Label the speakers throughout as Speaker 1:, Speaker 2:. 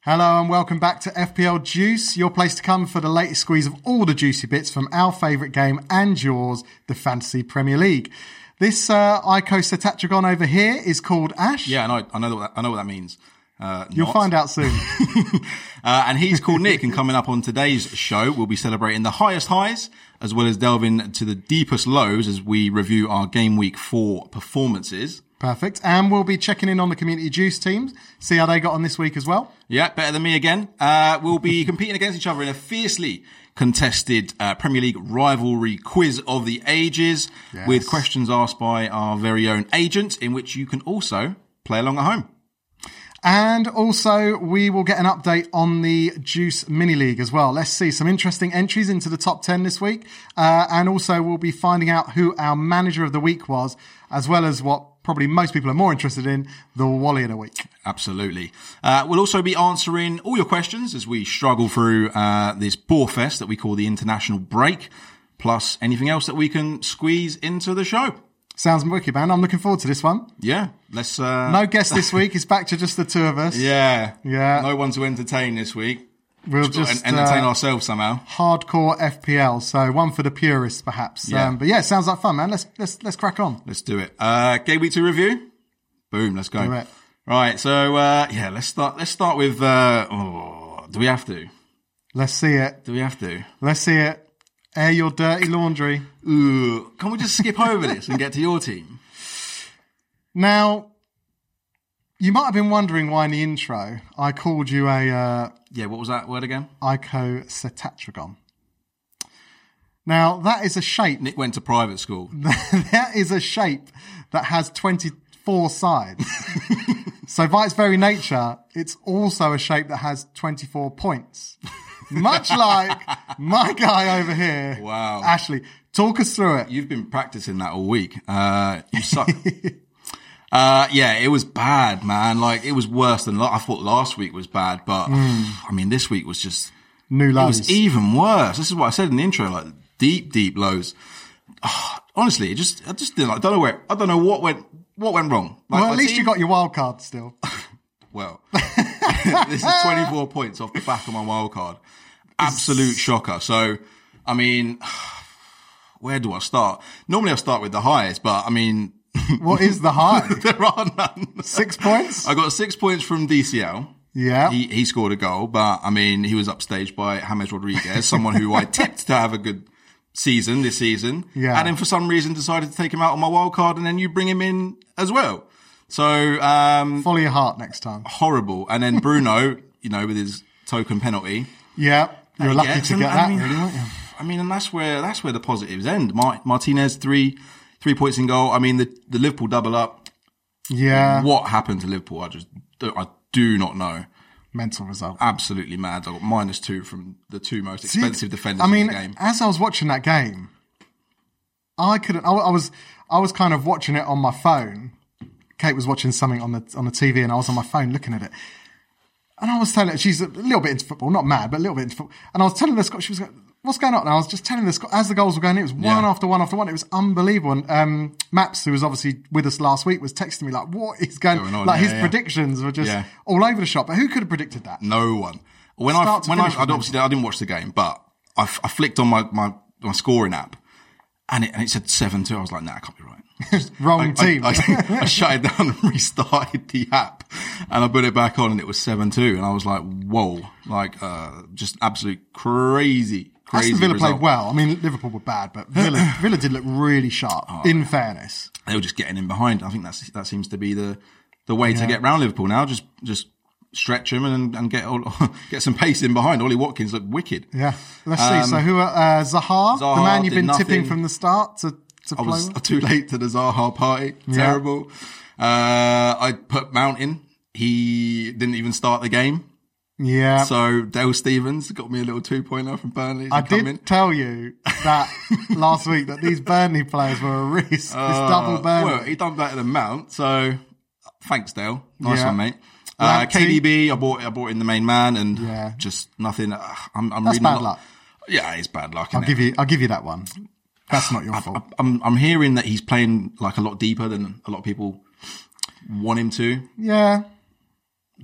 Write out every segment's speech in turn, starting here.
Speaker 1: Hello and welcome back to FPL Juice, your place to come for the latest squeeze of all the juicy bits from our favourite game and yours, the Fantasy Premier League. This uh, Ico Cetatragon over here is called Ash.
Speaker 2: Yeah, I know. I know. What that, I know what that means. Uh,
Speaker 1: You'll
Speaker 2: not.
Speaker 1: find out soon.
Speaker 2: Uh, and he's called Nick. And coming up on today's show, we'll be celebrating the highest highs as well as delving to the deepest lows as we review our game week four performances.
Speaker 1: Perfect. And we'll be checking in on the community juice teams, see how they got on this week as well.
Speaker 2: Yeah, better than me again. Uh, we'll be competing against each other in a fiercely contested uh, Premier League rivalry quiz of the ages
Speaker 1: Yes.
Speaker 2: with questions asked by our very own agent, in which you can also play along at home.
Speaker 1: And also, we will get an update on the Juice Mini League as well. Let's see some interesting entries into the top 10 this week. Uh, and also, we'll be finding out who our manager of the week was, as well as what probably most people are more interested in the Wally of the week.
Speaker 2: Absolutely. Uh, we'll also be answering all your questions as we struggle through uh, this bore fest that we call the international break, plus anything else that we can squeeze into the show.
Speaker 1: Sounds wicked, man. I'm looking forward to this one.
Speaker 2: Yeah, let's. Uh,
Speaker 1: No guest this week. It's back to just the two of us.
Speaker 2: Yeah,
Speaker 1: Yeah.
Speaker 2: No one to entertain this week.
Speaker 1: We'll
Speaker 2: Got to
Speaker 1: just
Speaker 2: en- entertain
Speaker 1: uh,
Speaker 2: ourselves somehow.
Speaker 1: hardcore FPL. So one for the purists, perhaps.
Speaker 2: Yeah.
Speaker 1: Um, but yeah, sounds like fun, man. Let's let's let's crack on.
Speaker 2: Let's do it. Uh, game week two review. Boom. Let's go.
Speaker 1: Do it.
Speaker 2: Right. So uh, yeah, let's start. Let's start with. Uh, oh, do we have to?
Speaker 1: Let's see it.
Speaker 2: Do we have to?
Speaker 1: Let's see it. Air your dirty laundry.
Speaker 2: Ooh, can we just skip over this and get to your team?
Speaker 1: Now, you might have been wondering why in the intro I called you a uh,
Speaker 2: Yeah. What was that word again?
Speaker 1: icosatetragon. Now that is a shape.
Speaker 2: Nick went to private school.
Speaker 1: that is a shape that has 24 sides. so by its very nature, it's also a shape that has 24 points. Much like my guy over here.
Speaker 2: Wow.
Speaker 1: Ashley, talk us through it.
Speaker 2: You've been practicing that all week. Uh, you suck. uh, yeah, it was bad, man. Like it was worse than la- I thought last week was bad, but
Speaker 1: Mm.
Speaker 2: I mean, this week was just
Speaker 1: New
Speaker 2: it
Speaker 1: lows.
Speaker 2: was even worse. This is what I said in the intro, like deep, deep lows. Ah, Honestly, it just I just didn't. I don't know where. I don't know what went. What went wrong? Like,
Speaker 1: well,
Speaker 2: my
Speaker 1: at least
Speaker 2: team-
Speaker 1: you got your wild card still.
Speaker 2: Well, this is 24 points off the back of my wild card. Absolute shocker. So, I mean, where do I start? Normally I start with the highest, but I mean,
Speaker 1: What is the high?
Speaker 2: there are none.
Speaker 1: Six points?
Speaker 2: I got six points from DCL.
Speaker 1: Yeah.
Speaker 2: He, he scored a goal, but I mean, he was upstaged by James Rodriguez, someone who I tipped to have a good season this season.
Speaker 1: Yeah.
Speaker 2: And then for some reason decided to take him out on my wild card and then you bring him in as well. So, um,
Speaker 1: Follow your heart next time.
Speaker 2: horrible. And then Bruno, you know, with his token penalty.
Speaker 1: Yeah. You were lucky
Speaker 2: Uh, Yeah,
Speaker 1: to
Speaker 2: and
Speaker 1: get
Speaker 2: I
Speaker 1: that,
Speaker 2: mean-
Speaker 1: really, weren't you?
Speaker 2: I mean, and that's where that's where the positives end. Mar- Martinez three three points in goal. I mean, the the Liverpool double up.
Speaker 1: Yeah.
Speaker 2: What happened to Liverpool? I just don't- I do not know.
Speaker 1: Mental result.
Speaker 2: Absolutely mad. I got minus two from the two most expensive defenders
Speaker 1: I mean,
Speaker 2: in the game.
Speaker 1: as I was watching that game, I couldn't. I, I was, I was kind of watching it on my phone. Kate was watching something on the on the TV, and I was on my phone looking at it. And I was telling her, she's a little bit into football, not mad, but a little bit into football. And I was telling the score, she was going, what's going on? And I was just telling the score, as the goals were going, in, it was one
Speaker 2: Yeah.
Speaker 1: after one after one. It was unbelievable. And um, Maps, who was obviously with us last week, was texting me like, what is going,
Speaker 2: Going on,
Speaker 1: Like
Speaker 2: yeah,
Speaker 1: his
Speaker 2: yeah.
Speaker 1: predictions were just
Speaker 2: Yeah.
Speaker 1: all over the shop. But who could have predicted that?
Speaker 2: No one. When I
Speaker 1: Start to
Speaker 2: when I,
Speaker 1: finish
Speaker 2: I obviously I didn't watch the game, but I, f- I flicked on my my, my scoring app, and it, and it said seven two. I was like, nah, I can't be right.
Speaker 1: Wrong
Speaker 2: I, I-
Speaker 1: team.
Speaker 2: I, I shut it down and restarted the app, and I put it back on, and it was seven two, and I was like, whoa, like uh, just absolute crazy, crazy.
Speaker 1: Aston Villa
Speaker 2: result.
Speaker 1: played well. I mean, Liverpool were bad, but Villa, Villa did look really sharp.
Speaker 2: Oh,
Speaker 1: in fairness,
Speaker 2: They were just getting in behind. I think that's that seems to be the the way to get round Liverpool now. Just just stretch them and and get all, get some pace in behind. Ollie Watkins looked wicked.
Speaker 1: yeah. Let's see. So who are uh, Zaha, the
Speaker 2: Um, Zaha
Speaker 1: man you've
Speaker 2: did
Speaker 1: been tipping
Speaker 2: nothing.
Speaker 1: from the start to to
Speaker 2: I
Speaker 1: play?
Speaker 2: was
Speaker 1: with?
Speaker 2: too late to the Zaha party. Terrible. Uh, I put Mountain. He didn't even start the game.
Speaker 1: Yeah,
Speaker 2: So Dale Stevens got me a little two pointer from Burnley. to
Speaker 1: I
Speaker 2: come
Speaker 1: did
Speaker 2: in.
Speaker 1: tell you that last week that these Burnley players were a risk. It's double Burnley.
Speaker 2: Uh, Well, he done better than Mount, so thanks, Dale. Nice
Speaker 1: Yeah.
Speaker 2: one, mate. Uh,
Speaker 1: Lamptey.
Speaker 2: KDB, I bought I bought in the main man, and
Speaker 1: Yeah.
Speaker 2: just nothing. Ugh, I'm, I'm
Speaker 1: That's
Speaker 2: reading
Speaker 1: bad
Speaker 2: a lot.
Speaker 1: luck.
Speaker 2: Yeah, it's bad luck.
Speaker 1: I'll give you. I'll give you that one. That's not your fault.
Speaker 2: I'm I'm hearing that he's playing like a lot deeper than a lot of people want him to.
Speaker 1: Yeah.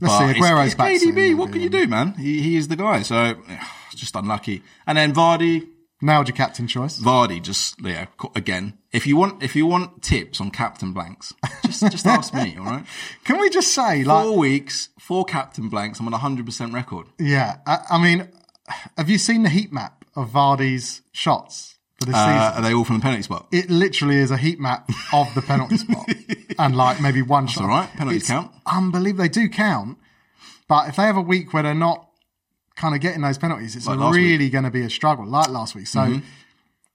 Speaker 1: Let's
Speaker 2: But
Speaker 1: see,
Speaker 2: it's-
Speaker 1: Aguero's
Speaker 2: it's
Speaker 1: back soon,
Speaker 2: KDB. what
Speaker 1: maybe,
Speaker 2: can you do, man? He, he is the guy. So it's just unlucky. And then Vardy,
Speaker 1: Nailed your captain choice.
Speaker 2: Vardy, just yeah. co- Again, if you want, if you want tips on captain blanks, just just ask me. All right.
Speaker 1: Can we just say, like,
Speaker 2: Four weeks, four captain blanks. I'm on a hundred percent record.
Speaker 1: yeah, I, I mean, have you seen the heat map of Vardy's shots for this
Speaker 2: Uh,
Speaker 1: season?
Speaker 2: are they all from the penalty spot?
Speaker 1: It literally is a heat map of the penalty spot and like maybe one shot.
Speaker 2: all right. Penalties
Speaker 1: It's
Speaker 2: count.
Speaker 1: Unbelievable. They do count, but if they have a week where they're not kind of getting those penalties, it's
Speaker 2: last Mm-hmm.
Speaker 1: really going to be a struggle, like last week. So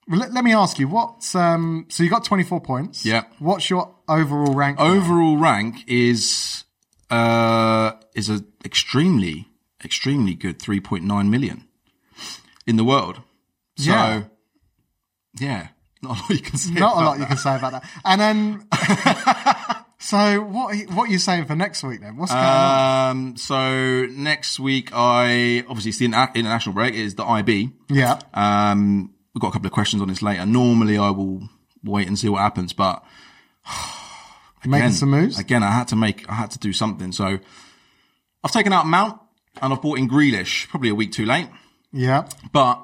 Speaker 1: well, let, let me ask you, what's um, so you got twenty four points?
Speaker 2: Yeah.
Speaker 1: What's your overall rank? Oh,
Speaker 2: overall rank is uh, is an extremely extremely good 3.9 million in the world. So
Speaker 1: Yeah.
Speaker 2: yeah, not a lot you can say.
Speaker 1: not a
Speaker 2: about
Speaker 1: lot you can say about that. And then, so what? What are you saying for next week then? What's
Speaker 2: Uh,
Speaker 1: going on?
Speaker 2: Um, so next week, I obviously it's the inter- international break it is the IB.
Speaker 1: Yeah.
Speaker 2: Um, we've got a couple of questions on this later. Normally, I will wait and see what happens, but
Speaker 1: Making some moves.
Speaker 2: Again, I had to make, I had to do something. So I've taken out Mount and I've bought in Grealish, probably a week too late.
Speaker 1: yeah.
Speaker 2: But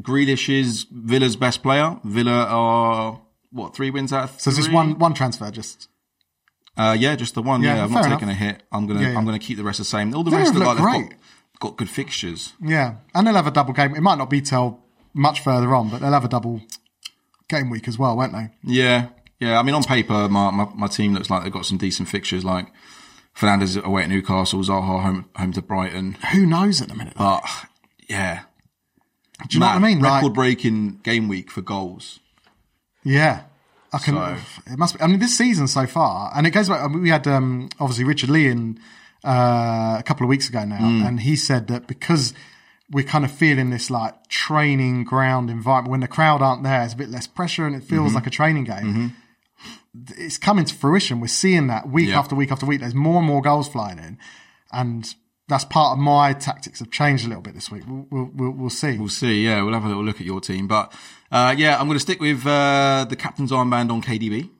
Speaker 2: Grealish is Villa's best player. Villa are what three wins out of
Speaker 1: So it's just one one transfer. Just
Speaker 2: Uh, yeah, just the one. Yeah, I'm
Speaker 1: fair
Speaker 2: not taking a hit. I'm gonna
Speaker 1: yeah.
Speaker 2: I'm gonna keep the rest the same. All the
Speaker 1: Villa
Speaker 2: rest
Speaker 1: have
Speaker 2: look like
Speaker 1: looked
Speaker 2: they've got, got good fixtures.
Speaker 1: yeah, and they'll have a double game. It might not be till much further on, but they'll have a double game week as well, won't they?
Speaker 2: Yeah, yeah. I mean, on paper, my, my, my team looks like they've got some decent fixtures. Like Fernandez away at Newcastle, Zaha home home to Brighton.
Speaker 1: Who knows at the minute?
Speaker 2: But yeah,
Speaker 1: Do you know what I mean? Like-
Speaker 2: Record breaking game week for goals.
Speaker 1: Yeah. I can,
Speaker 2: So-
Speaker 1: it must be. I mean, this season so far, and it goes back. I mean, we had um, obviously Richard Lee in uh, a couple of weeks ago now,
Speaker 2: Mm.
Speaker 1: and he said that because we're kind of feeling this like training ground environment when the crowd aren't there, it's a bit less pressure, and it feels
Speaker 2: Mm-hmm.
Speaker 1: like a training game. It's coming to fruition. We're seeing that week
Speaker 2: Yeah.
Speaker 1: after week after week. There's more and more goals flying in, and that's part of my tactics have changed a little bit this week. We'll we'll, we'll, we'll see.
Speaker 2: We'll see. Yeah, we'll have a little look at your team, but uh, yeah, I'm going to stick with uh, the captain's armband on KDB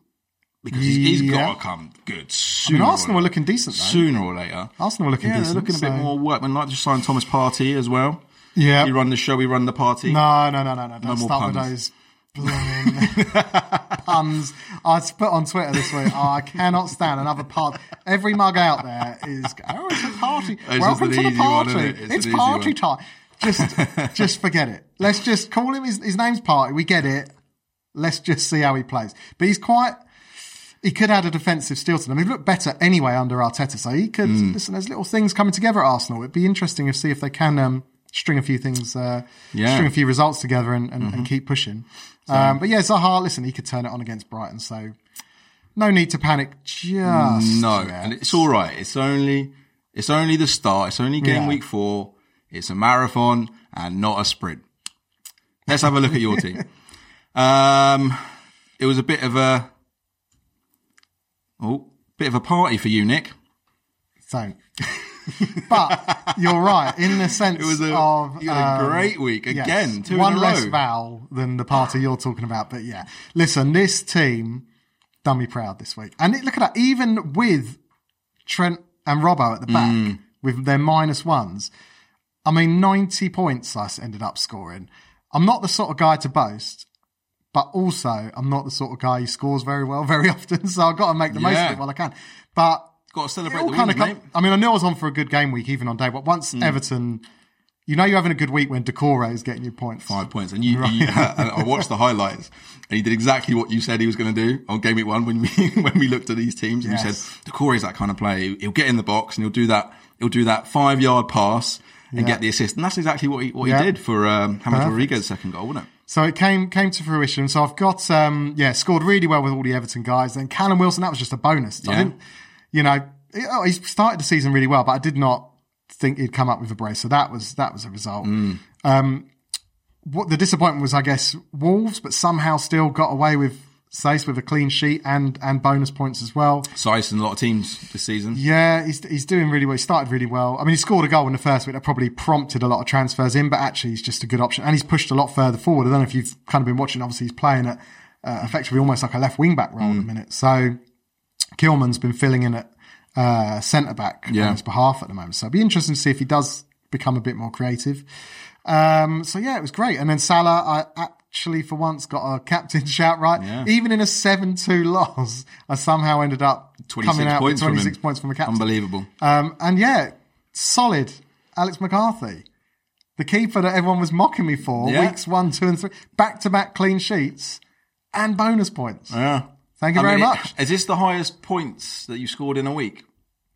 Speaker 2: because he's, he's
Speaker 1: Yeah.
Speaker 2: got to come good
Speaker 1: I
Speaker 2: sooner.
Speaker 1: mean, Arsenal
Speaker 2: or
Speaker 1: are
Speaker 2: later.
Speaker 1: looking decent though.
Speaker 2: sooner or later.
Speaker 1: Arsenal are looking
Speaker 2: Yeah, they're
Speaker 1: decent.
Speaker 2: looking a bit
Speaker 1: so-
Speaker 2: more workmanlike. Just signed Thomas Partey as well.
Speaker 1: Yeah.
Speaker 2: We run the show. We run the party.
Speaker 1: No, no, no, no, no. Don't
Speaker 2: more
Speaker 1: start with those
Speaker 2: puns.
Speaker 1: blooming puns. I s- put on Twitter this week, oh, I cannot stand another part. Every mug out there is, oh, it's a party.
Speaker 2: just
Speaker 1: Welcome
Speaker 2: an
Speaker 1: to the
Speaker 2: easy one,
Speaker 1: party.
Speaker 2: isn't it? It's
Speaker 1: it's
Speaker 2: an easy
Speaker 1: party
Speaker 2: one.
Speaker 1: time. Just, just forget it. Let's just call him. His, his name's Party. We get it. Let's just see how he plays. But he's quite. He could add a defensive steal to them. He looked better anyway under Arteta, so he could.
Speaker 2: Hmm.
Speaker 1: Listen, there's little things coming together at Arsenal. It'd be interesting to see if they can um, string a few things, uh,
Speaker 2: Yeah. Mm-hmm.
Speaker 1: string a few results together, and, and, and keep pushing. Um, but yeah, Zaha, listen, he could turn it on against Brighton, so no need to panic. Just
Speaker 2: No,
Speaker 1: yet.
Speaker 2: and it's all right. It's only it's only the start. It's only game
Speaker 1: Yeah.
Speaker 2: week four. It's a marathon and not a sprint. Let's have a look at your team. Um, it was a bit of a oh, bit of a party for you, Nick.
Speaker 1: so. but you're right in the sense
Speaker 2: It was a,
Speaker 1: of
Speaker 2: you had a
Speaker 1: um,
Speaker 2: great week
Speaker 1: Yes,
Speaker 2: again, two
Speaker 1: one
Speaker 2: in a row.
Speaker 1: less vowel than the party you're talking about. But yeah, listen, this team done me proud this week, and it, look at that. Even with Trent and Robbo at the back
Speaker 2: Mm.
Speaker 1: with their minus ones, I mean, ninety points I ended up scoring. I'm not the sort of guy to boast. But also, I'm not the sort of guy who scores very well very often, so I've got to make the most of
Speaker 2: Yeah.
Speaker 1: it while I can. But
Speaker 2: Got to
Speaker 1: it
Speaker 2: celebrate
Speaker 1: all
Speaker 2: the
Speaker 1: kind
Speaker 2: wins,
Speaker 1: of come,
Speaker 2: mate. Mm.
Speaker 1: I mean, I knew I was on for a good game week, even on day. But once Everton, you know, you're having a good week when Decore is getting your points.
Speaker 2: Five points, and you, you and I watched the highlights, and he did exactly what you said he was going to do on game week one when we when we looked at these teams. And you
Speaker 1: Yes.
Speaker 2: said Decore is that kind of player. He'll get in the box and he'll do that. He'll do that five yard pass and
Speaker 1: Yeah.
Speaker 2: get the assist, and that's exactly what he what
Speaker 1: Yeah.
Speaker 2: he did for um, Hamid Rodriguez's second goal, wasn't it?
Speaker 1: So it came came to fruition. So I've got um yeah scored really well with all the Everton guys. Then Callum Wilson that was just a bonus. I
Speaker 2: Yeah.
Speaker 1: didn't, you know, he- oh, he started the season really well, but I did not think he'd come up with a brace. So that was that was a result.
Speaker 2: Mm.
Speaker 1: Um, what the disappointment was, I guess, Wolves, but somehow still got away with Sace with a clean sheet and and bonus points as well.
Speaker 2: Sice and a lot of teams this season.
Speaker 1: Yeah, he's, he's doing really well. He started really well. I mean, he scored a goal in the first week that probably prompted a lot of transfers in, but actually, he's just a good option. And he's pushed a lot further forward. I don't know if you've kind of been watching, obviously, he's playing at
Speaker 2: Mm.
Speaker 1: uh, effectively almost like a left wing back role at the minute. So Kilman's been filling in at, uh, centre back
Speaker 2: Yeah.
Speaker 1: on his behalf at the moment. So it'd be interesting to see if he does become a bit more creative. Um, so yeah, it was great. And then Salah, I actually for once got a captain shout right.
Speaker 2: Yeah.
Speaker 1: Even in a 7 2 loss, I somehow ended up
Speaker 2: 26
Speaker 1: coming out
Speaker 2: points
Speaker 1: with
Speaker 2: from him.
Speaker 1: 26 points from a captain.
Speaker 2: Unbelievable.
Speaker 1: Um, and yeah, solid Alex McCarthy, the keeper that everyone was mocking me for
Speaker 2: Yeah.
Speaker 1: weeks one, two, and three, back to back clean sheets and bonus points.
Speaker 2: Yeah.
Speaker 1: Thank you very
Speaker 2: mean, it-
Speaker 1: much.
Speaker 2: Is this the highest points that you scored in a week?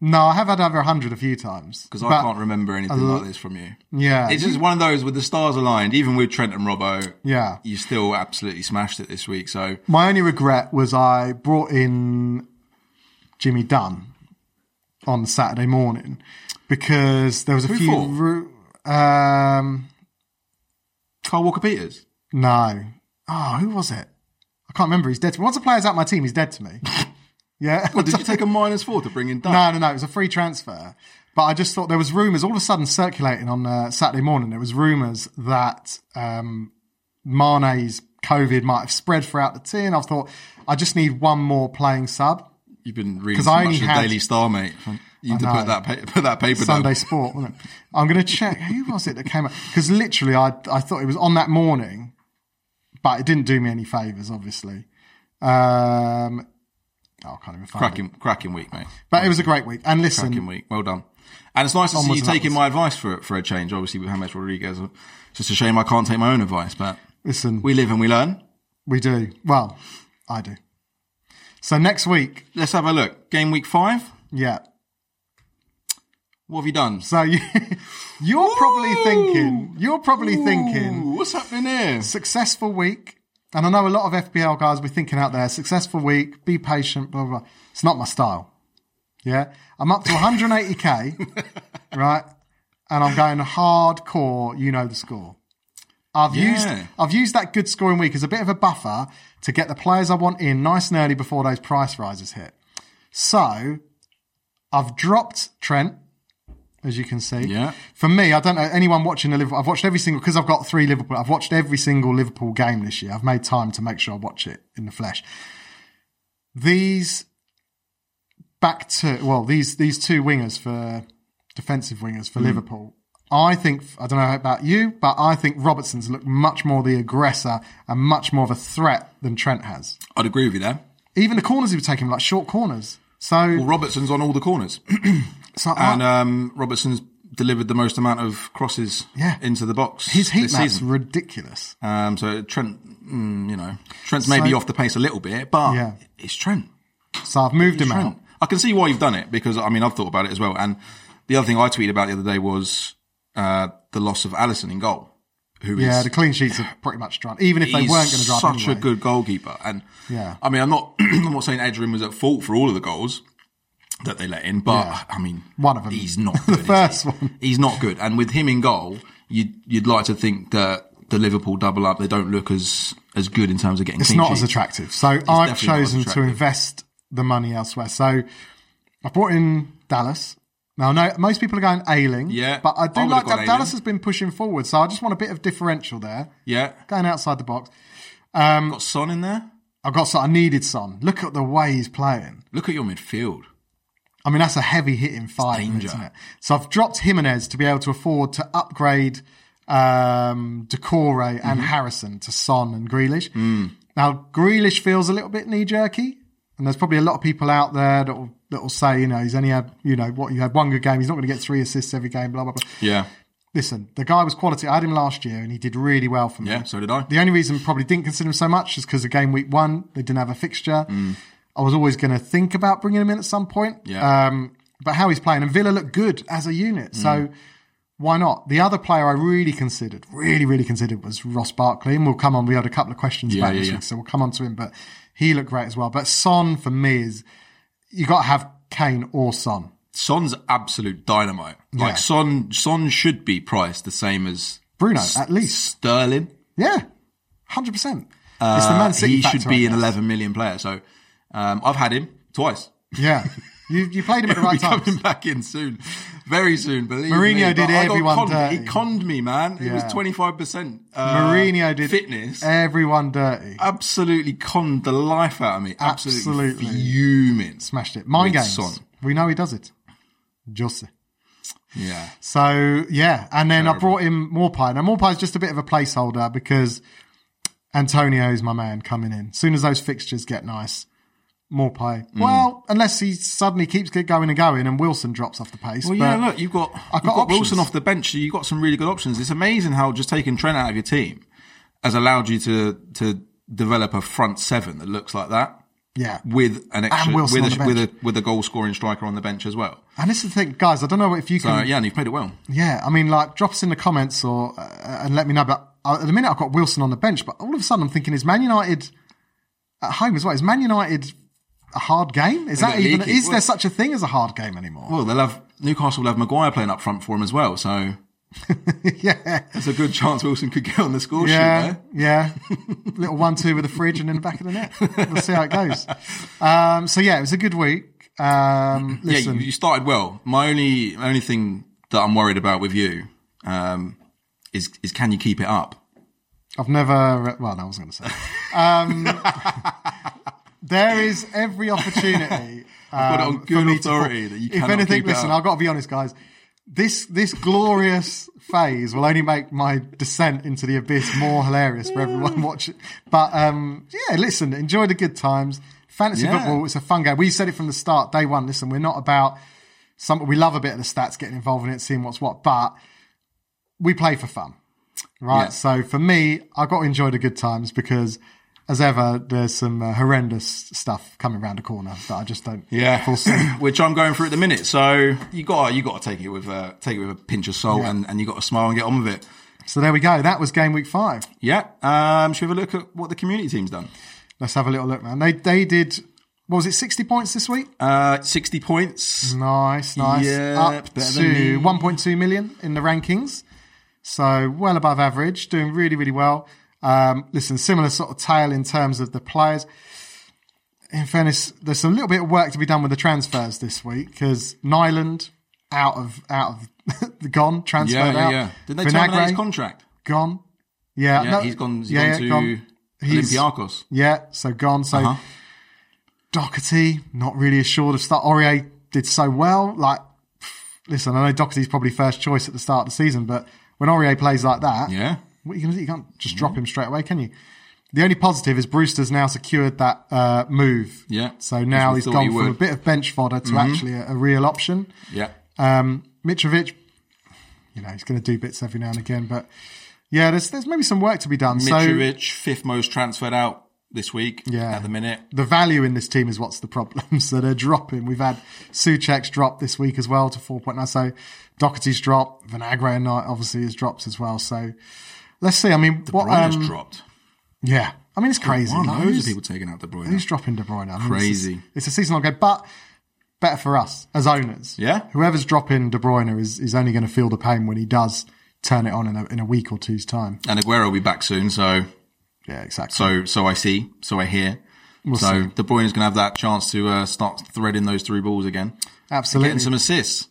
Speaker 1: No, I have had over hundred a few times
Speaker 2: Because I
Speaker 1: but-
Speaker 2: can't remember anything like this from you.
Speaker 1: Yeah,
Speaker 2: It's just one of those with the stars aligned. Even with Trent and Robbo,
Speaker 1: yeah.
Speaker 2: you still absolutely smashed it this week. So
Speaker 1: My only regret was I brought in Jimmy Dunn on Saturday morning because there was a few.
Speaker 2: for?
Speaker 1: ru- um,
Speaker 2: Carl Walker Peters.
Speaker 1: No. Oh, who was it? I can't remember. He's dead to me. Once a player's out my team, he's dead to me. yeah.
Speaker 2: Did you take a minus four to bring in Dunn?
Speaker 1: no, no, no. It was a free transfer. But I just thought there was rumours all of a sudden circulating on uh, Saturday morning. There was rumours that um, Mane's COVID might have spread throughout the team. I thought I just need one more playing sub.
Speaker 2: You've been reading
Speaker 1: 'Cause
Speaker 2: so
Speaker 1: I
Speaker 2: much
Speaker 1: only
Speaker 2: of the
Speaker 1: had-
Speaker 2: Daily Star, mate. You need to
Speaker 1: I
Speaker 2: put
Speaker 1: know.
Speaker 2: that pa- put that paper
Speaker 1: Sunday
Speaker 2: down.
Speaker 1: Sport. Wasn't it? I'm going to check who was it that came up because literally I I thought it was on that morning, but it didn't do me any favors. Obviously, um, oh, I can't even find it.
Speaker 2: Cracking, cracking week, mate.
Speaker 1: But it was a great week. And listen,
Speaker 2: Cracking week. Well done. And it's nice to see
Speaker 1: Onwards
Speaker 2: you
Speaker 1: and
Speaker 2: taking my advice for for a change. Obviously with James Rodriguez, it's just a shame I can't take my own advice. But
Speaker 1: listen, we,
Speaker 2: we live and we learn.
Speaker 1: do well. I do. So next week,
Speaker 2: Let's have a look. Game week five.
Speaker 1: yeah.
Speaker 2: What have you done?
Speaker 1: So you, you're probably
Speaker 2: Ooh.
Speaker 1: thinking, you're probably thinking,
Speaker 2: Ooh, what's happening here?
Speaker 1: successful week. And I know a lot of FPL guys were thinking out there, successful week, be patient, blah, blah, blah. It's not my style. Yeah. I'm up to 180K, right? And I'm going hardcore, you know the score. I've
Speaker 2: Yeah.
Speaker 1: used I've used that good scoring week as a bit of a buffer to get the players I want in nice and early before those price rises hit. So I've dropped Trent, as you can see.
Speaker 2: Yeah.
Speaker 1: For me, I don't know anyone watching the Liverpool. I've watched every single because I've got three Liverpool. I've watched every single Liverpool game this year. I've made time to make sure I watch it in the flesh. These back to well, these these two wingers for defensive wingers for Liverpool. I think I don't know about you, but I think Robertson's looked much more the aggressor and much more of a threat than Trent has.
Speaker 2: I'd agree with you there.
Speaker 1: Even the corners he was taking, like short corners. So,
Speaker 2: Well, Robertson's on all the corners,
Speaker 1: so I-
Speaker 2: and um, Robertson's delivered the most amount of crosses
Speaker 1: Yeah.
Speaker 2: into the box
Speaker 1: his heat
Speaker 2: this
Speaker 1: map's
Speaker 2: season.
Speaker 1: ridiculous.
Speaker 2: Um, so Trent, mm, you know, Trent's maybe
Speaker 1: So-
Speaker 2: off the pace a little bit, but
Speaker 1: Yeah.
Speaker 2: it's Trent.
Speaker 1: So I've moved him out.
Speaker 2: Trent. I can see why you've done it because I mean I've thought about it as well. And the other thing I tweeted about the other day was uh, the loss of Allison in goal, who is
Speaker 1: Yeah, the clean sheets are pretty much drawn. Even if they
Speaker 2: he's
Speaker 1: weren't going to drive
Speaker 2: such
Speaker 1: anyway.
Speaker 2: a good goalkeeper. And
Speaker 1: Yeah.
Speaker 2: I mean I'm not I'm not saying Adrian was at fault for all of the goals that they let in, but
Speaker 1: Yeah.
Speaker 2: I mean
Speaker 1: One of 'em.
Speaker 2: He's not good,
Speaker 1: The
Speaker 2: is
Speaker 1: first
Speaker 2: he?
Speaker 1: one.
Speaker 2: He's not good. And with him in goal, you'd you'd like to think that the Liverpool double up they don't look as as good in terms of getting
Speaker 1: It's
Speaker 2: clean
Speaker 1: not
Speaker 2: sheets.
Speaker 1: as attractive. So I've
Speaker 2: definitely not as
Speaker 1: chosen to
Speaker 2: attractive.
Speaker 1: invest the money elsewhere. So I brought in Dallas. Now, no, most people are going ailing.
Speaker 2: Yeah,
Speaker 1: But I do
Speaker 2: I would've
Speaker 1: like
Speaker 2: gone
Speaker 1: that Dallas
Speaker 2: Ayling.
Speaker 1: has been pushing forward. So I just want a bit of differential there,
Speaker 2: yeah.
Speaker 1: going outside the box.
Speaker 2: Got Son in there.
Speaker 1: I've got so I needed Son. Look at the way he's playing.
Speaker 2: Look at your midfield.
Speaker 1: I mean, that's a heavy hitting five,
Speaker 2: danger.
Speaker 1: isn't it? So I've dropped Jimenez to be able to afford to upgrade um, Decore and
Speaker 2: Mm-hmm.
Speaker 1: Harrison to Son and Grealish.
Speaker 2: Mm.
Speaker 1: Now, Grealish feels a little bit knee jerky, and there's probably a lot of people out there that will, that will say, you know, he's only had, you know, what you had one good game, he's not going to get three assists every game, blah, blah, blah.
Speaker 2: Yeah.
Speaker 1: Listen, the guy was quality. I had him last year, and he did really well for me.
Speaker 2: Yeah, so did I.
Speaker 1: The only reason I probably didn't consider him so much is because of game week one, they didn't have a fixture.
Speaker 2: Mm.
Speaker 1: I was always going to think about bringing him in at some point.
Speaker 2: Yeah.
Speaker 1: Um, but how he's playing, and Villa look good as a unit.
Speaker 2: Mm.
Speaker 1: So why not? The other player I really considered, really, really considered was Ross Barkley. And we'll come on, we had a couple of questions about
Speaker 2: yeah,
Speaker 1: this
Speaker 2: yeah.
Speaker 1: week, so we'll come on to him. But he looked great as well. But Son for me is, you got to have Kane or Son.
Speaker 2: Son's absolute dynamite. Like
Speaker 1: Yeah.
Speaker 2: Son, Son should be priced the same as
Speaker 1: Bruno, at least.
Speaker 2: Sterling.
Speaker 1: Yeah, 100%. it's the Man
Speaker 2: Uh,
Speaker 1: City
Speaker 2: he
Speaker 1: factor,
Speaker 2: should
Speaker 1: I
Speaker 2: be an
Speaker 1: guess.
Speaker 2: 11 million player. So um, I've had him twice.
Speaker 1: Yeah. You, you played him at the
Speaker 2: He'll be
Speaker 1: right time.
Speaker 2: coming back in soon, very soon. Believe me.
Speaker 1: Mourinho
Speaker 2: But
Speaker 1: did
Speaker 2: I got
Speaker 1: everyone
Speaker 2: conned. He
Speaker 1: dirty.
Speaker 2: conned me, man. It was
Speaker 1: Yeah.
Speaker 2: 25 percent. uh,
Speaker 1: Mourinho did
Speaker 2: fitness.
Speaker 1: everyone dirty.
Speaker 2: absolutely conned the life out of me. Absolutely,
Speaker 1: Absolutely.
Speaker 2: fuming.
Speaker 1: Smashed it. Mind
Speaker 2: with
Speaker 1: games.
Speaker 2: Son.
Speaker 1: We know he does it. Jose.
Speaker 2: Yeah.
Speaker 1: So yeah, and then I brought him Morpie. Now Morpie's just a bit of a placeholder because Antonio's my man coming in. Soon as those fixtures get nice, Morpie.
Speaker 2: Mm.
Speaker 1: Well, unless he suddenly keeps get going and going, and Wilson drops off the pace.
Speaker 2: Well, yeah,
Speaker 1: but-
Speaker 2: look, you've got,
Speaker 1: I've got
Speaker 2: you've got,
Speaker 1: options.
Speaker 2: Wilson off the bench, so you've got some really good options. It's amazing how just taking Trent out of your team has allowed you to to develop a front seven that looks like that
Speaker 1: yeah.
Speaker 2: with an extra
Speaker 1: Wilson
Speaker 2: with
Speaker 1: on the
Speaker 2: a, with a
Speaker 1: bench.
Speaker 2: with a goal scoring striker on the bench as well.
Speaker 1: And this is the thing, guys. I don't know if you
Speaker 2: So
Speaker 1: can.
Speaker 2: yeah, and you've played it well.
Speaker 1: Yeah, I mean, like, drop us in the comments or uh, and let me know. But uh, at the minute, I've got Wilson on the bench, but all of a sudden, I'm thinking, is Man United at home as well? Is Man United a hard game? Is that
Speaker 2: bit
Speaker 1: even?
Speaker 2: leaky.
Speaker 1: Is there
Speaker 2: Well-
Speaker 1: such a thing as a hard game anymore?
Speaker 2: Well, they'll have Newcastle will have Maguire playing up front for him as well, so
Speaker 1: yeah,
Speaker 2: there's a good chance Wilson could get on the score sheet
Speaker 1: yeah,
Speaker 2: there.
Speaker 1: yeah. Little one-two with a fridge and in the back of the net. We'll see how it goes. Um, so yeah, it was a good week. Um, listen,
Speaker 2: Yeah, you, you started well. My only only thing that I'm worried about with you um, is is can you keep it up?
Speaker 1: I've never. Well, no, I wasn't going to say. Um, there is every opportunity.
Speaker 2: got it on
Speaker 1: um, for
Speaker 2: good
Speaker 1: me to
Speaker 2: authority
Speaker 1: fall-
Speaker 2: that you
Speaker 1: If
Speaker 2: cannot
Speaker 1: anything,
Speaker 2: keep it
Speaker 1: listen.
Speaker 2: up.
Speaker 1: I've got to be honest, guys. This this glorious phase will only make my descent into the abyss more hilarious for everyone watching. But um, yeah, listen. Enjoy the good times. Fantasy
Speaker 2: Yeah.
Speaker 1: football. It's a fun game. We said it from the start, day one. Listen, we're not about some. We love a bit of the stats, getting involved in it, seeing what's what. But we play for fun, right?
Speaker 2: Yeah.
Speaker 1: So for me, I got to enjoy the good times because, as ever, there's some uh, horrendous stuff coming around the corner that I just don't
Speaker 2: Yeah,
Speaker 1: foresee.
Speaker 2: which I'm going through at the minute. So you got you got to take it with a take it with a pinch of salt, and, and you got to smile and get on with it.
Speaker 1: so there we go. That was game week five.
Speaker 2: Yeah. Um, should we have a look at what the community team's done?
Speaker 1: Let's have a little look, man. They they did. What was it? Sixty points this week.
Speaker 2: Uh, Sixty points.
Speaker 1: Nice, nice.
Speaker 2: Yep,
Speaker 1: Up
Speaker 2: better than me.
Speaker 1: to one point two million in the rankings. So well above average. Doing really really well. Um, listen, similar sort of tale in terms of the players. in fairness, there's a little bit of work to be done with the transfers this week because Nyland out of out of gone transferred
Speaker 2: Yeah, yeah,
Speaker 1: out.
Speaker 2: yeah. Did they
Speaker 1: Vinagre
Speaker 2: terminate his contract?
Speaker 1: gone? Yeah,
Speaker 2: Yeah,
Speaker 1: no,
Speaker 2: he's gone. He's
Speaker 1: yeah,
Speaker 2: gone to
Speaker 1: yeah, gone. He's-
Speaker 2: Olympiacos.
Speaker 1: Yeah, so gone. So
Speaker 2: Uh-huh.
Speaker 1: Doherty not really assured of start. Aurier did so well. Like, pff, listen, I know Doherty's probably first choice at the start of the season, but when Aurier plays like that,
Speaker 2: Yeah.
Speaker 1: what are you going to do? You can't just drop him straight away, can you? The only positive is Brewster's now secured that uh, move.
Speaker 2: Yeah.
Speaker 1: So now
Speaker 2: Which
Speaker 1: he's
Speaker 2: we thought
Speaker 1: gone
Speaker 2: he
Speaker 1: from a
Speaker 2: would. Mm-hmm.
Speaker 1: bit of bench fodder to actually a, a real option.
Speaker 2: Yeah.
Speaker 1: Um, Mitrovic, you know, he's going to do bits every now and again, but yeah, there's there's maybe some work to be done. So
Speaker 2: Mitrovic, fifth most transferred out this week.
Speaker 1: Yeah.
Speaker 2: At the minute.
Speaker 1: the value in this team is what's the problem. so they're dropping. We've had Suchek's drop this week as well to 4.9. So Doherty's drop, Vinagre and Knight obviously has dropped as well. So let's see. I mean,
Speaker 2: De
Speaker 1: what?
Speaker 2: Bruyne's
Speaker 1: um,
Speaker 2: dropped.
Speaker 1: yeah, I mean, it's crazy.
Speaker 2: Wow,
Speaker 1: Like,
Speaker 2: loads
Speaker 1: who's-
Speaker 2: of people taking out De Bruyne.
Speaker 1: Who's dropping De Bruyne? I mean,
Speaker 2: Crazy.
Speaker 1: It's a, it's a seasonal game, but better for us as owners.
Speaker 2: Yeah.
Speaker 1: Whoever's dropping De Bruyne is, is only going to feel the pain when he does turn it on in a, in a week or two's time.
Speaker 2: And Aguero will be back soon. So
Speaker 1: Yeah, exactly.
Speaker 2: so so I see. So I hear. so De Bruyne is going to have that chance to uh, start threading those through balls again,
Speaker 1: Absolutely.
Speaker 2: getting some assists.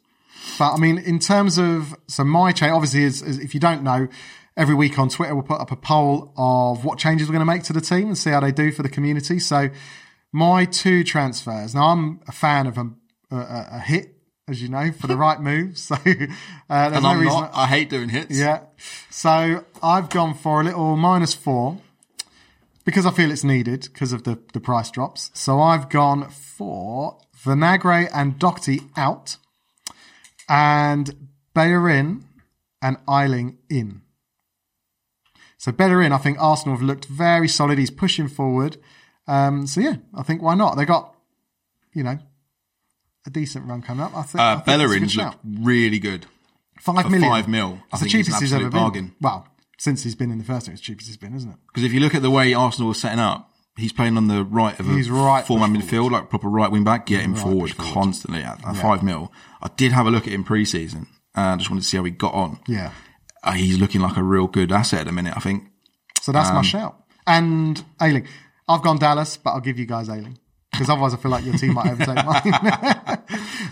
Speaker 1: But I mean, in terms of so my change, obviously, is, is if you don't know, every week on Twitter we'll put up a poll of what changes we're going to make to the team and see how they do for the community. So my two transfers. Now I'm a fan of a, a, a hit, as you know, for the right move. So uh, there's
Speaker 2: And
Speaker 1: no
Speaker 2: I'm
Speaker 1: reason.
Speaker 2: not. I hate doing hits.
Speaker 1: Yeah. So I've gone for a little minus four because I feel it's needed because of the, the price drops. So I've gone for Vinagre and Doherty out and Bellerin and Eiling in. So Bellerin, I think Arsenal have looked very solid. He's pushing forward. Um, so yeah, I think why not? They got, you know, a decent run coming up. I think, I
Speaker 2: Uh,
Speaker 1: think it's a good
Speaker 2: Bellerin's
Speaker 1: shout.
Speaker 2: looked really good.
Speaker 1: Five
Speaker 2: for
Speaker 1: million.
Speaker 2: five mil, I
Speaker 1: It's the
Speaker 2: think he's an
Speaker 1: cheapest he's
Speaker 2: absolute
Speaker 1: ever been.
Speaker 2: bargain.
Speaker 1: Well, since he's been in the first team, it's the cheapest he's been, isn't it?
Speaker 2: Because if you look at the way Arsenal was setting up, he's playing on the right of a
Speaker 1: He's right
Speaker 2: four-man midfield, like proper right wing back, get him forward, constantly at, at five mil. I did have a look at him pre-season. Uh, just wanted to see how he got on.
Speaker 1: Yeah.
Speaker 2: Uh, he's looking like a real good asset at the minute. I think.
Speaker 1: So that's
Speaker 2: Um,
Speaker 1: my shout. And Ailing. I've gone Dallas, but I'll give you guys Ailing. Because otherwise I feel like your team might overtake mine.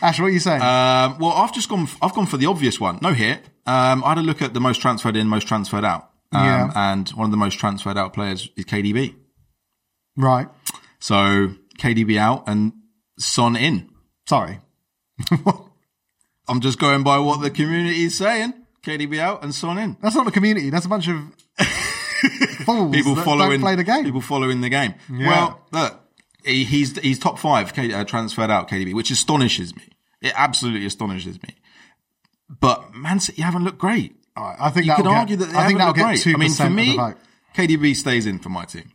Speaker 1: Ash, what are you saying?
Speaker 2: Um, well, I've just gone. f- I've gone for the obvious one. No hit. Um, I had a look at the most transferred in, most transferred out. Um,
Speaker 1: Yeah.
Speaker 2: And one of the most transferred out players is KDB.
Speaker 1: right.
Speaker 2: So KDB out and Son in.
Speaker 1: Sorry.
Speaker 2: I'm just going by what the community is saying. KDB out and Son in.
Speaker 1: That's not the community. That's a bunch of fools
Speaker 2: People
Speaker 1: that
Speaker 2: following
Speaker 1: don't play the game.
Speaker 2: People following the game. Well, look, he, he's he's top five K, uh, transferred out KDB, which astonishes me. It absolutely astonishes me. But Man City haven't looked great.
Speaker 1: All right, I think
Speaker 2: You
Speaker 1: that'll
Speaker 2: could
Speaker 1: get,
Speaker 2: argue that they
Speaker 1: I think that'll
Speaker 2: haven't
Speaker 1: get
Speaker 2: looked
Speaker 1: two
Speaker 2: great. I mean, for
Speaker 1: percent of
Speaker 2: me,
Speaker 1: the vote.
Speaker 2: KDB stays in for my team.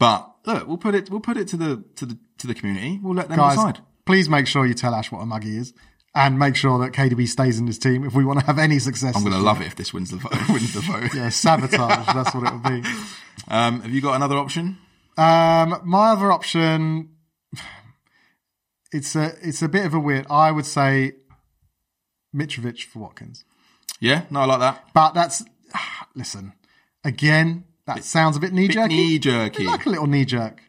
Speaker 2: But look, we'll put it we'll put it to the to the to the community. We'll let them
Speaker 1: Guys,
Speaker 2: decide.
Speaker 1: please make sure you tell Ash what a mug he is, and make sure that KDB stays in his team if we want to have any success.
Speaker 2: I'm gonna love it if this wins the vote. wins the vote.
Speaker 1: yeah, sabotage. that's what it would be.
Speaker 2: Um, have you got another option?
Speaker 1: Um, my other option, it's a it's a bit of a weird. I would say Mitrovic for Watkins,
Speaker 2: Yeah, no, I like that.
Speaker 1: but that's listen again. That sounds a bit knee jerky.
Speaker 2: Knee jerky.
Speaker 1: like a little knee jerk.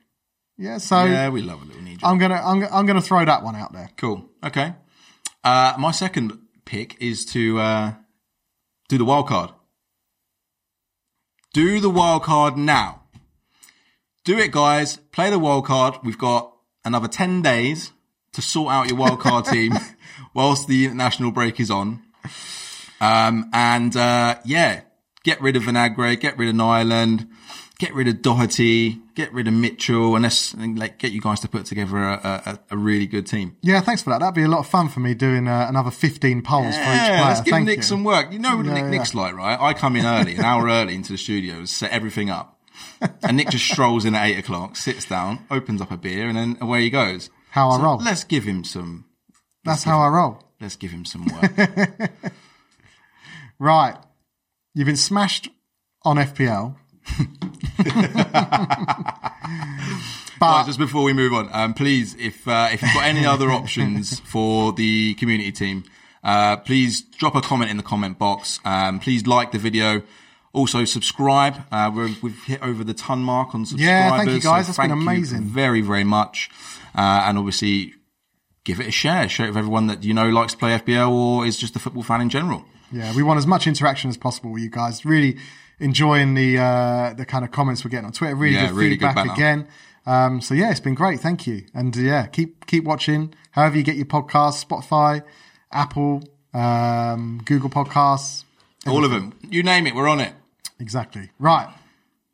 Speaker 1: Yeah, so
Speaker 2: Yeah, we love a little knee jerk.
Speaker 1: I'm gonna I'm, I'm gonna throw that one out there.
Speaker 2: Cool. Okay. Uh, my second pick is to uh, do the wild card. Do the wild card now. Do it, guys. Play the wild card. We've got another 10 days to sort out your wild card team whilst the international break is on. Um, and uh, yeah, get rid of Vinagre, get rid of Nyland, get rid of Doherty, get rid of Mitchell, and let's like get you guys to put together a, a, a really good team.
Speaker 1: Yeah, thanks for that. That'd be a lot of fun for me doing uh, another 15 polls for each player.
Speaker 2: Yeah, let's give
Speaker 1: Thank
Speaker 2: Nick
Speaker 1: you.
Speaker 2: some work. You know what Nick,
Speaker 1: yeah.
Speaker 2: Nick's like, right? I come in early, an hour early into the studio, set everything up. And Nick just strolls in at eight o'clock, sits down, opens up a beer, and then away he goes.
Speaker 1: How I
Speaker 2: So
Speaker 1: roll.
Speaker 2: Let's give him some.
Speaker 1: That's how I roll.
Speaker 2: Let's give him some work.
Speaker 1: Right. You've been smashed on FPL. Uh,
Speaker 2: Right, just before we move on, um, please, if uh, if you've got any other options for the community team, uh, please drop a comment in the comment box. Um, please like the video. Also subscribe. Uh, we're, we've hit over the ton mark on subscribers.
Speaker 1: Yeah, thank you, guys.
Speaker 2: That's
Speaker 1: That's been amazing.
Speaker 2: very very much. Uh, and obviously, give it a share. Share it with everyone that you know likes to play FBL or is just a football fan in general.
Speaker 1: Yeah, we want as much interaction as possible with you guys. Really enjoying the uh, the kind of comments we're getting on Twitter. Really
Speaker 2: Yeah,
Speaker 1: good
Speaker 2: really good
Speaker 1: feedback
Speaker 2: banter.
Speaker 1: again. Um, so yeah, it's been great. Thank you. And uh, yeah, keep keep watching. However you get your podcasts, Spotify, Apple, um, Google Podcasts.
Speaker 2: All of them, you name it, we're on it.
Speaker 1: Exactly. Right.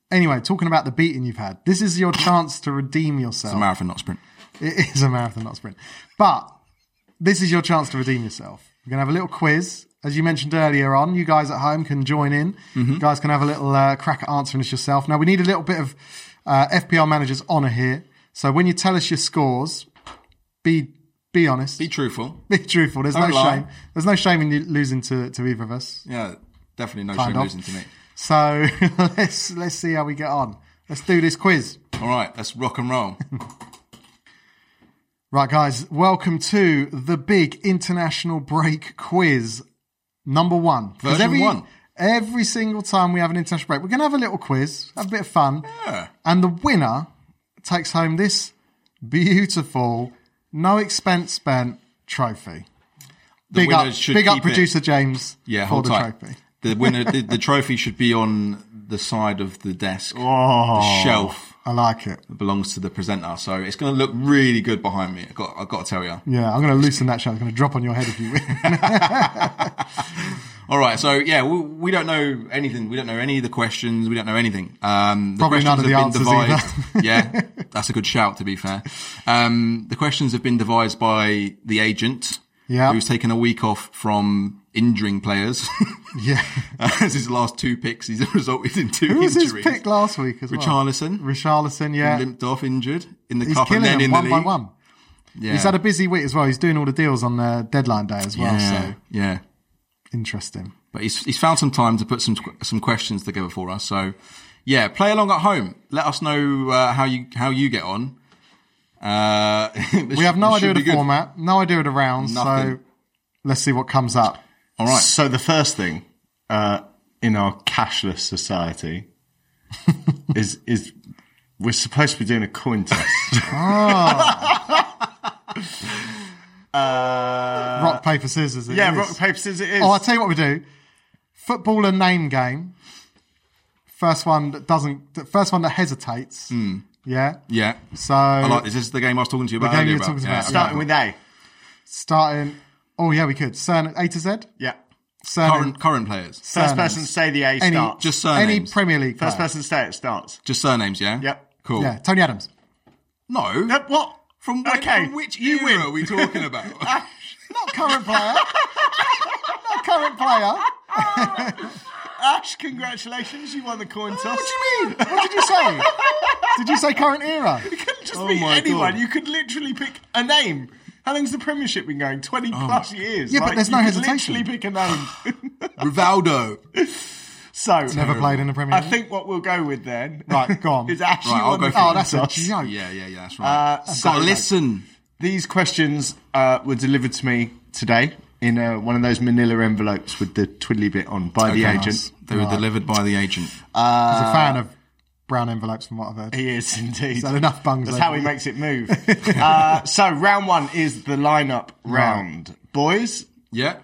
Speaker 1: Anyway, talking about the beating you've had, this is your chance to redeem yourself.
Speaker 2: Marathon, not sprint.
Speaker 1: It is a marathon, not a sprint. But this is your chance to redeem yourself. We're going to have a little quiz. As you mentioned earlier on, you guys at home can join in.
Speaker 2: Mm-hmm.
Speaker 1: You guys can have a little uh, crack at answering this yourself. Now, we need a little bit of uh, FPL manager's honour here. So when you tell us your scores, be be honest,
Speaker 2: Be
Speaker 1: be,
Speaker 2: truthful.
Speaker 1: truthful. There's no
Speaker 2: Don't lie.
Speaker 1: shame. There's no shame in you losing to, to either of us.
Speaker 2: Yeah, definitely no
Speaker 1: Kind
Speaker 2: shame
Speaker 1: of.
Speaker 2: losing to me.
Speaker 1: So let's let's see how we get on. Let's do this quiz.
Speaker 2: All right, let's rock and roll.
Speaker 1: Right, guys, welcome to the big international break quiz number one. 'Cause
Speaker 2: Version
Speaker 1: every,
Speaker 2: one.
Speaker 1: Every single time we have an international break, we're going to have a little quiz, have a bit of fun.
Speaker 2: Yeah.
Speaker 1: And the winner takes home this beautiful, no expense spent trophy.
Speaker 2: The
Speaker 1: big up,
Speaker 2: winner should
Speaker 1: big up
Speaker 2: keep it.
Speaker 1: producer James
Speaker 2: Yeah,
Speaker 1: for
Speaker 2: hold
Speaker 1: the
Speaker 2: tight.
Speaker 1: trophy.
Speaker 2: The winner, the, the trophy should be on the side of the desk.
Speaker 1: Oh.
Speaker 2: The shelf
Speaker 1: I like it.
Speaker 2: belongs to the presenter, so it's going to look really good behind me. I got, I got to tell you.
Speaker 1: Yeah, I'm going to loosen that shell. It's going to drop on your head if you win.
Speaker 2: All right, so yeah, we, we don't know anything. We don't know any of the questions. We don't know anything. Um, the
Speaker 1: Probably none
Speaker 2: questions
Speaker 1: of
Speaker 2: have
Speaker 1: the
Speaker 2: been
Speaker 1: answers
Speaker 2: devised. yeah, that's a good shout. To be fair, um, the questions have been devised by the agent.
Speaker 1: Yeah.
Speaker 2: who's taken a week off from injuring players.
Speaker 1: yeah.
Speaker 2: As his last two picks, he's resulted in two
Speaker 1: Who was his
Speaker 2: injuries.
Speaker 1: pick last week as well?
Speaker 2: Richarlison,
Speaker 1: Richarlison, yeah.
Speaker 2: limped off injured in the
Speaker 1: He's
Speaker 2: cup
Speaker 1: killing
Speaker 2: and then
Speaker 1: them
Speaker 2: in the
Speaker 1: one
Speaker 2: league.
Speaker 1: by one.
Speaker 2: Yeah.
Speaker 1: He's had a busy week as well. He's doing all the deals on uh, deadline day as well.
Speaker 2: yeah.
Speaker 1: So
Speaker 2: yeah.
Speaker 1: interesting.
Speaker 2: But he's, he's found some time to put some some questions together for us. So yeah, play along at home. Let us know uh, how you how you get on. Uh,
Speaker 1: We have no idea of the format, no idea of the rounds. So
Speaker 2: Nothing.
Speaker 1: let's see what comes up.
Speaker 2: All right.
Speaker 3: So the first thing uh, in our cashless society is is we're supposed to be doing a coin test. uh,
Speaker 1: Rock, paper, scissors. it
Speaker 3: yeah,
Speaker 1: is.
Speaker 3: rock paper scissors. It is.
Speaker 1: Oh, I'll tell you what we do. Footballer name game. First one that doesn't, the first one that hesitates. Yeah.
Speaker 2: Yeah.
Speaker 1: So
Speaker 2: Hmm. I like this. This is the game I was talking to you about
Speaker 1: game
Speaker 2: earlier.
Speaker 1: you were talking about.
Speaker 2: Yeah,
Speaker 3: Starting with A.
Speaker 1: Starting. Oh yeah, we could. Cern A to Z.
Speaker 3: Yeah.
Speaker 1: Cern.
Speaker 2: Current current players.
Speaker 3: First
Speaker 1: Surnames.
Speaker 3: person to say the A
Speaker 1: any
Speaker 3: starts.
Speaker 2: Just
Speaker 1: any
Speaker 2: surnames.
Speaker 1: Premier League.
Speaker 3: First
Speaker 1: player.
Speaker 3: person to say it starts.
Speaker 2: Just surnames, yeah.
Speaker 3: Yep.
Speaker 2: Cool.
Speaker 1: Yeah, Tony Adams.
Speaker 2: No.
Speaker 3: Yep, what?
Speaker 2: From, when,
Speaker 3: Okay,
Speaker 2: from which
Speaker 3: you
Speaker 2: era
Speaker 3: win.
Speaker 2: are we talking about?
Speaker 1: Not current player. Not current player.
Speaker 3: Ash, congratulations, you won the coin toss.
Speaker 1: What do Oh, you mean? What did you say? Did you say current era?
Speaker 3: couldn't just
Speaker 2: Oh
Speaker 3: be
Speaker 2: my
Speaker 3: anyone.
Speaker 2: God.
Speaker 3: You could literally pick a name. How long's the Premiership been going? Twenty plus years.
Speaker 1: Oh. Yeah, but
Speaker 3: Like,
Speaker 1: there's no
Speaker 3: you could
Speaker 1: hesitation.
Speaker 3: Literally pick a name.
Speaker 2: Rivaldo.
Speaker 3: so
Speaker 1: Never played in the Premier
Speaker 3: I
Speaker 1: League.
Speaker 3: think what we'll go with then.
Speaker 1: Right, go on.
Speaker 3: Is actually
Speaker 2: Right, I'll
Speaker 3: on
Speaker 2: go
Speaker 3: the
Speaker 2: for it.
Speaker 1: oh,
Speaker 3: coin
Speaker 1: that's a
Speaker 3: toss.
Speaker 1: joke.
Speaker 2: Yeah, yeah, yeah. That's right.
Speaker 3: Uh,
Speaker 2: I've
Speaker 3: so-
Speaker 2: got to listen.
Speaker 3: These questions uh, were delivered to me today in uh, one of those Manila envelopes with the twiddly bit on by the
Speaker 2: Okay,
Speaker 3: agent.
Speaker 2: nice. Uh, They were delivered by the agent.
Speaker 1: He's a fan of brown envelopes, from what I've heard.
Speaker 3: He is indeed.
Speaker 1: had enough bungs
Speaker 3: That's
Speaker 1: over
Speaker 3: how he
Speaker 1: it.
Speaker 3: makes it move. uh, so round one is the lineup round. Boys,
Speaker 2: Yeah.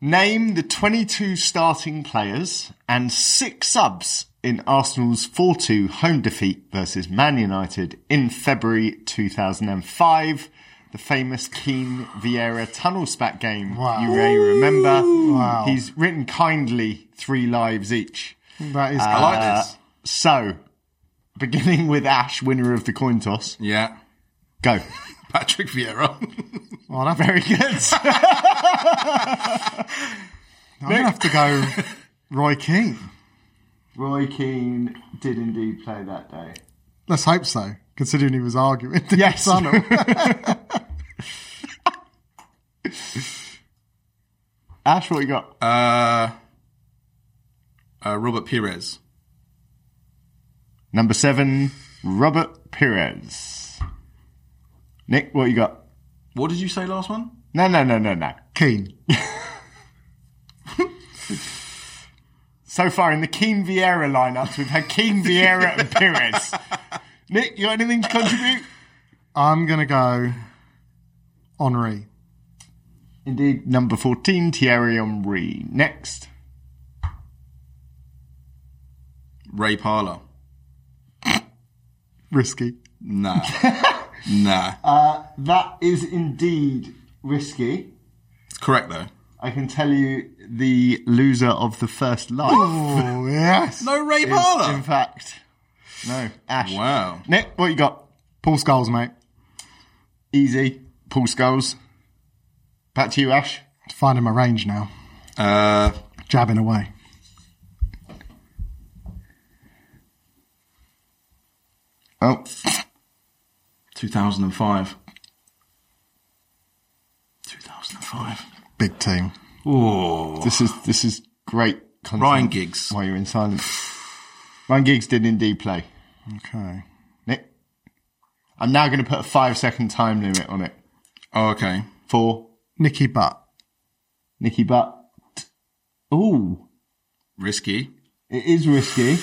Speaker 3: name the 22 starting players and six subs in Arsenal's 4-2 home defeat versus Man United in February 2005. The famous Keane Vieira tunnel spat game
Speaker 1: Wow.
Speaker 3: you may remember.
Speaker 1: Wow.
Speaker 3: He's written kindly three lives each.
Speaker 1: That
Speaker 3: Uh,
Speaker 1: is.
Speaker 2: I like this.
Speaker 3: So, beginning with Ash, winner of the coin toss,
Speaker 2: Yeah.
Speaker 3: go.
Speaker 2: Patrick Vieira.
Speaker 1: Well, I'd have,
Speaker 3: Very good.
Speaker 1: I'm gonna have to go. Roy Keane.
Speaker 3: Roy Keane did indeed play that day.
Speaker 1: Let's hope so. Considering he was arguing.
Speaker 3: Yes.
Speaker 1: Tunnel.
Speaker 3: Ash, what you got?
Speaker 2: uh, uh, Robert Perez.
Speaker 3: Number seven, Robert Perez. Nick, what you got?
Speaker 2: What did you say last one?
Speaker 3: No, no, no, no, no.
Speaker 1: Keane.
Speaker 3: So far in the Keane Vieira lineups, we've had Keane Vieira and Perez. Nick, you got anything to contribute?
Speaker 1: I'm gonna go. Henri.
Speaker 3: Indeed. Number 14, Thierry Henry. Next.
Speaker 2: Ray Parler.
Speaker 1: Risky.
Speaker 2: Nah. nah.
Speaker 3: That is indeed risky.
Speaker 2: it's correct, though.
Speaker 3: I can tell you the loser of the first life.
Speaker 1: Oh yes.
Speaker 2: No Ray
Speaker 3: is,
Speaker 2: Parler.
Speaker 3: in fact, no. Ash.
Speaker 2: Wow.
Speaker 3: Nick, what you got?
Speaker 1: Paul Scholes, mate.
Speaker 3: Easy. Paul Skulls. Back to you, Ash.
Speaker 1: Finding my range now.
Speaker 2: Uh,
Speaker 1: Jabbing away.
Speaker 3: Oh,
Speaker 2: 2005. 2005.
Speaker 1: Big team.
Speaker 2: Oh.
Speaker 3: this is this is great. Content
Speaker 2: Ryan Giggs.
Speaker 3: While you're in silence, Ryan Giggs did indeed play.
Speaker 1: Okay.
Speaker 3: Nick, I'm now going to put a five second time limit on it
Speaker 2: Oh, okay.
Speaker 3: for
Speaker 1: Nicky Butt.
Speaker 3: Nicky Butt. Ooh,
Speaker 2: Risky.
Speaker 3: it is risky.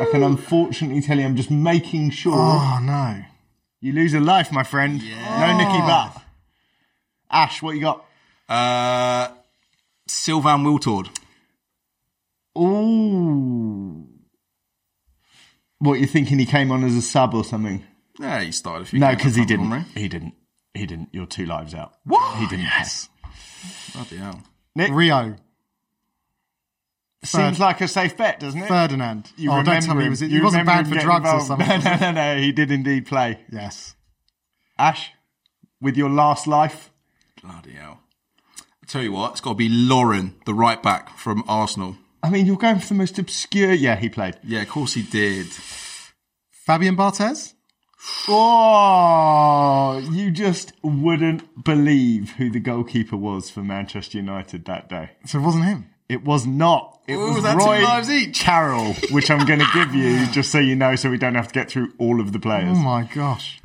Speaker 3: I can unfortunately tell you, I'm just making sure.
Speaker 1: Oh no.
Speaker 3: You lose a life, my friend. No Nicky Butt. Ash, what you got?
Speaker 2: Uh, Sylvan Wiltord.
Speaker 3: Ooh. What you thinking? He came on as a sub or something?
Speaker 2: Yeah, he started a few
Speaker 3: No,
Speaker 2: games
Speaker 3: because he
Speaker 2: at
Speaker 3: didn't.
Speaker 2: Montgomery.
Speaker 3: He didn't. He didn't. You're two lives out.
Speaker 2: What?
Speaker 3: He didn't. Yes.
Speaker 2: Bloody hell.
Speaker 1: Rio.
Speaker 3: Seems like a safe bet, doesn't it?
Speaker 1: Ferdinand.
Speaker 3: You
Speaker 1: oh,
Speaker 3: remember
Speaker 1: don't tell me
Speaker 3: him.
Speaker 1: he, was, he
Speaker 3: You
Speaker 1: wasn't
Speaker 3: remember
Speaker 1: banned
Speaker 3: him
Speaker 1: for
Speaker 3: getting
Speaker 1: drugs or
Speaker 3: involved.
Speaker 1: something.
Speaker 3: No, no, no, no. He did indeed play.
Speaker 1: Yes.
Speaker 3: Ash, with your last life.
Speaker 2: Bloody hell. I tell you what, it's got to be Lauren, the right back from Arsenal.
Speaker 3: I mean, you're going for the most obscure. Yeah, he played.
Speaker 2: Yeah, of course he did.
Speaker 1: Fabian Barthez?
Speaker 3: Oh, you just wouldn't believe who the goalkeeper was for Manchester United that day.
Speaker 1: So it wasn't him.
Speaker 3: It was not. It
Speaker 2: Ooh,
Speaker 3: was
Speaker 2: that's two
Speaker 3: Roy
Speaker 2: lives each.
Speaker 3: Carroll, which I'm going to give you just so you know, so we don't have to get through all of the
Speaker 1: Oh
Speaker 3: players.
Speaker 1: my gosh.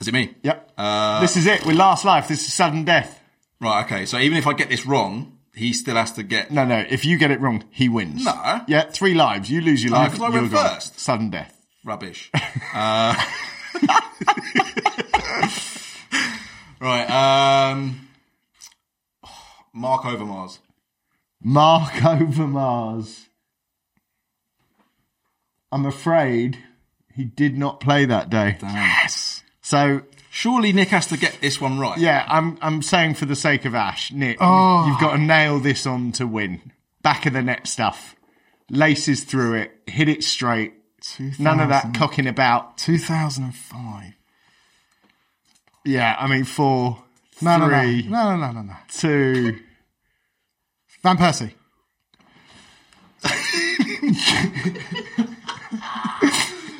Speaker 2: Is it me?
Speaker 3: Yep.
Speaker 2: Uh,
Speaker 3: this is it. We're last life. This is sudden death.
Speaker 2: Right, okay. So even if I get this wrong, he still has to get.
Speaker 3: No, no. If you get it wrong, he wins.
Speaker 2: No.
Speaker 3: Yeah, three lives. You lose your life.
Speaker 2: 'cause I
Speaker 3: you're
Speaker 2: went
Speaker 3: gone.
Speaker 2: first.
Speaker 3: Sudden death.
Speaker 2: Rubbish. uh... right. Um... Mark Overmars.
Speaker 3: Mark Overmars. I'm afraid he did not play that day.
Speaker 2: Yes.
Speaker 3: So
Speaker 2: Surely Nick has to get this one right.
Speaker 3: Yeah, I'm I'm saying for the sake of Ash, Nick,
Speaker 1: Oh.
Speaker 3: you've got to nail this on to win. Back of the net stuff, laces through it, hit it straight. None of that cocking about.
Speaker 1: 2005.
Speaker 3: Yeah, I mean four,
Speaker 1: No, no, no,
Speaker 3: three,
Speaker 1: no, no, no, no, no.
Speaker 3: two.
Speaker 1: Van Persie.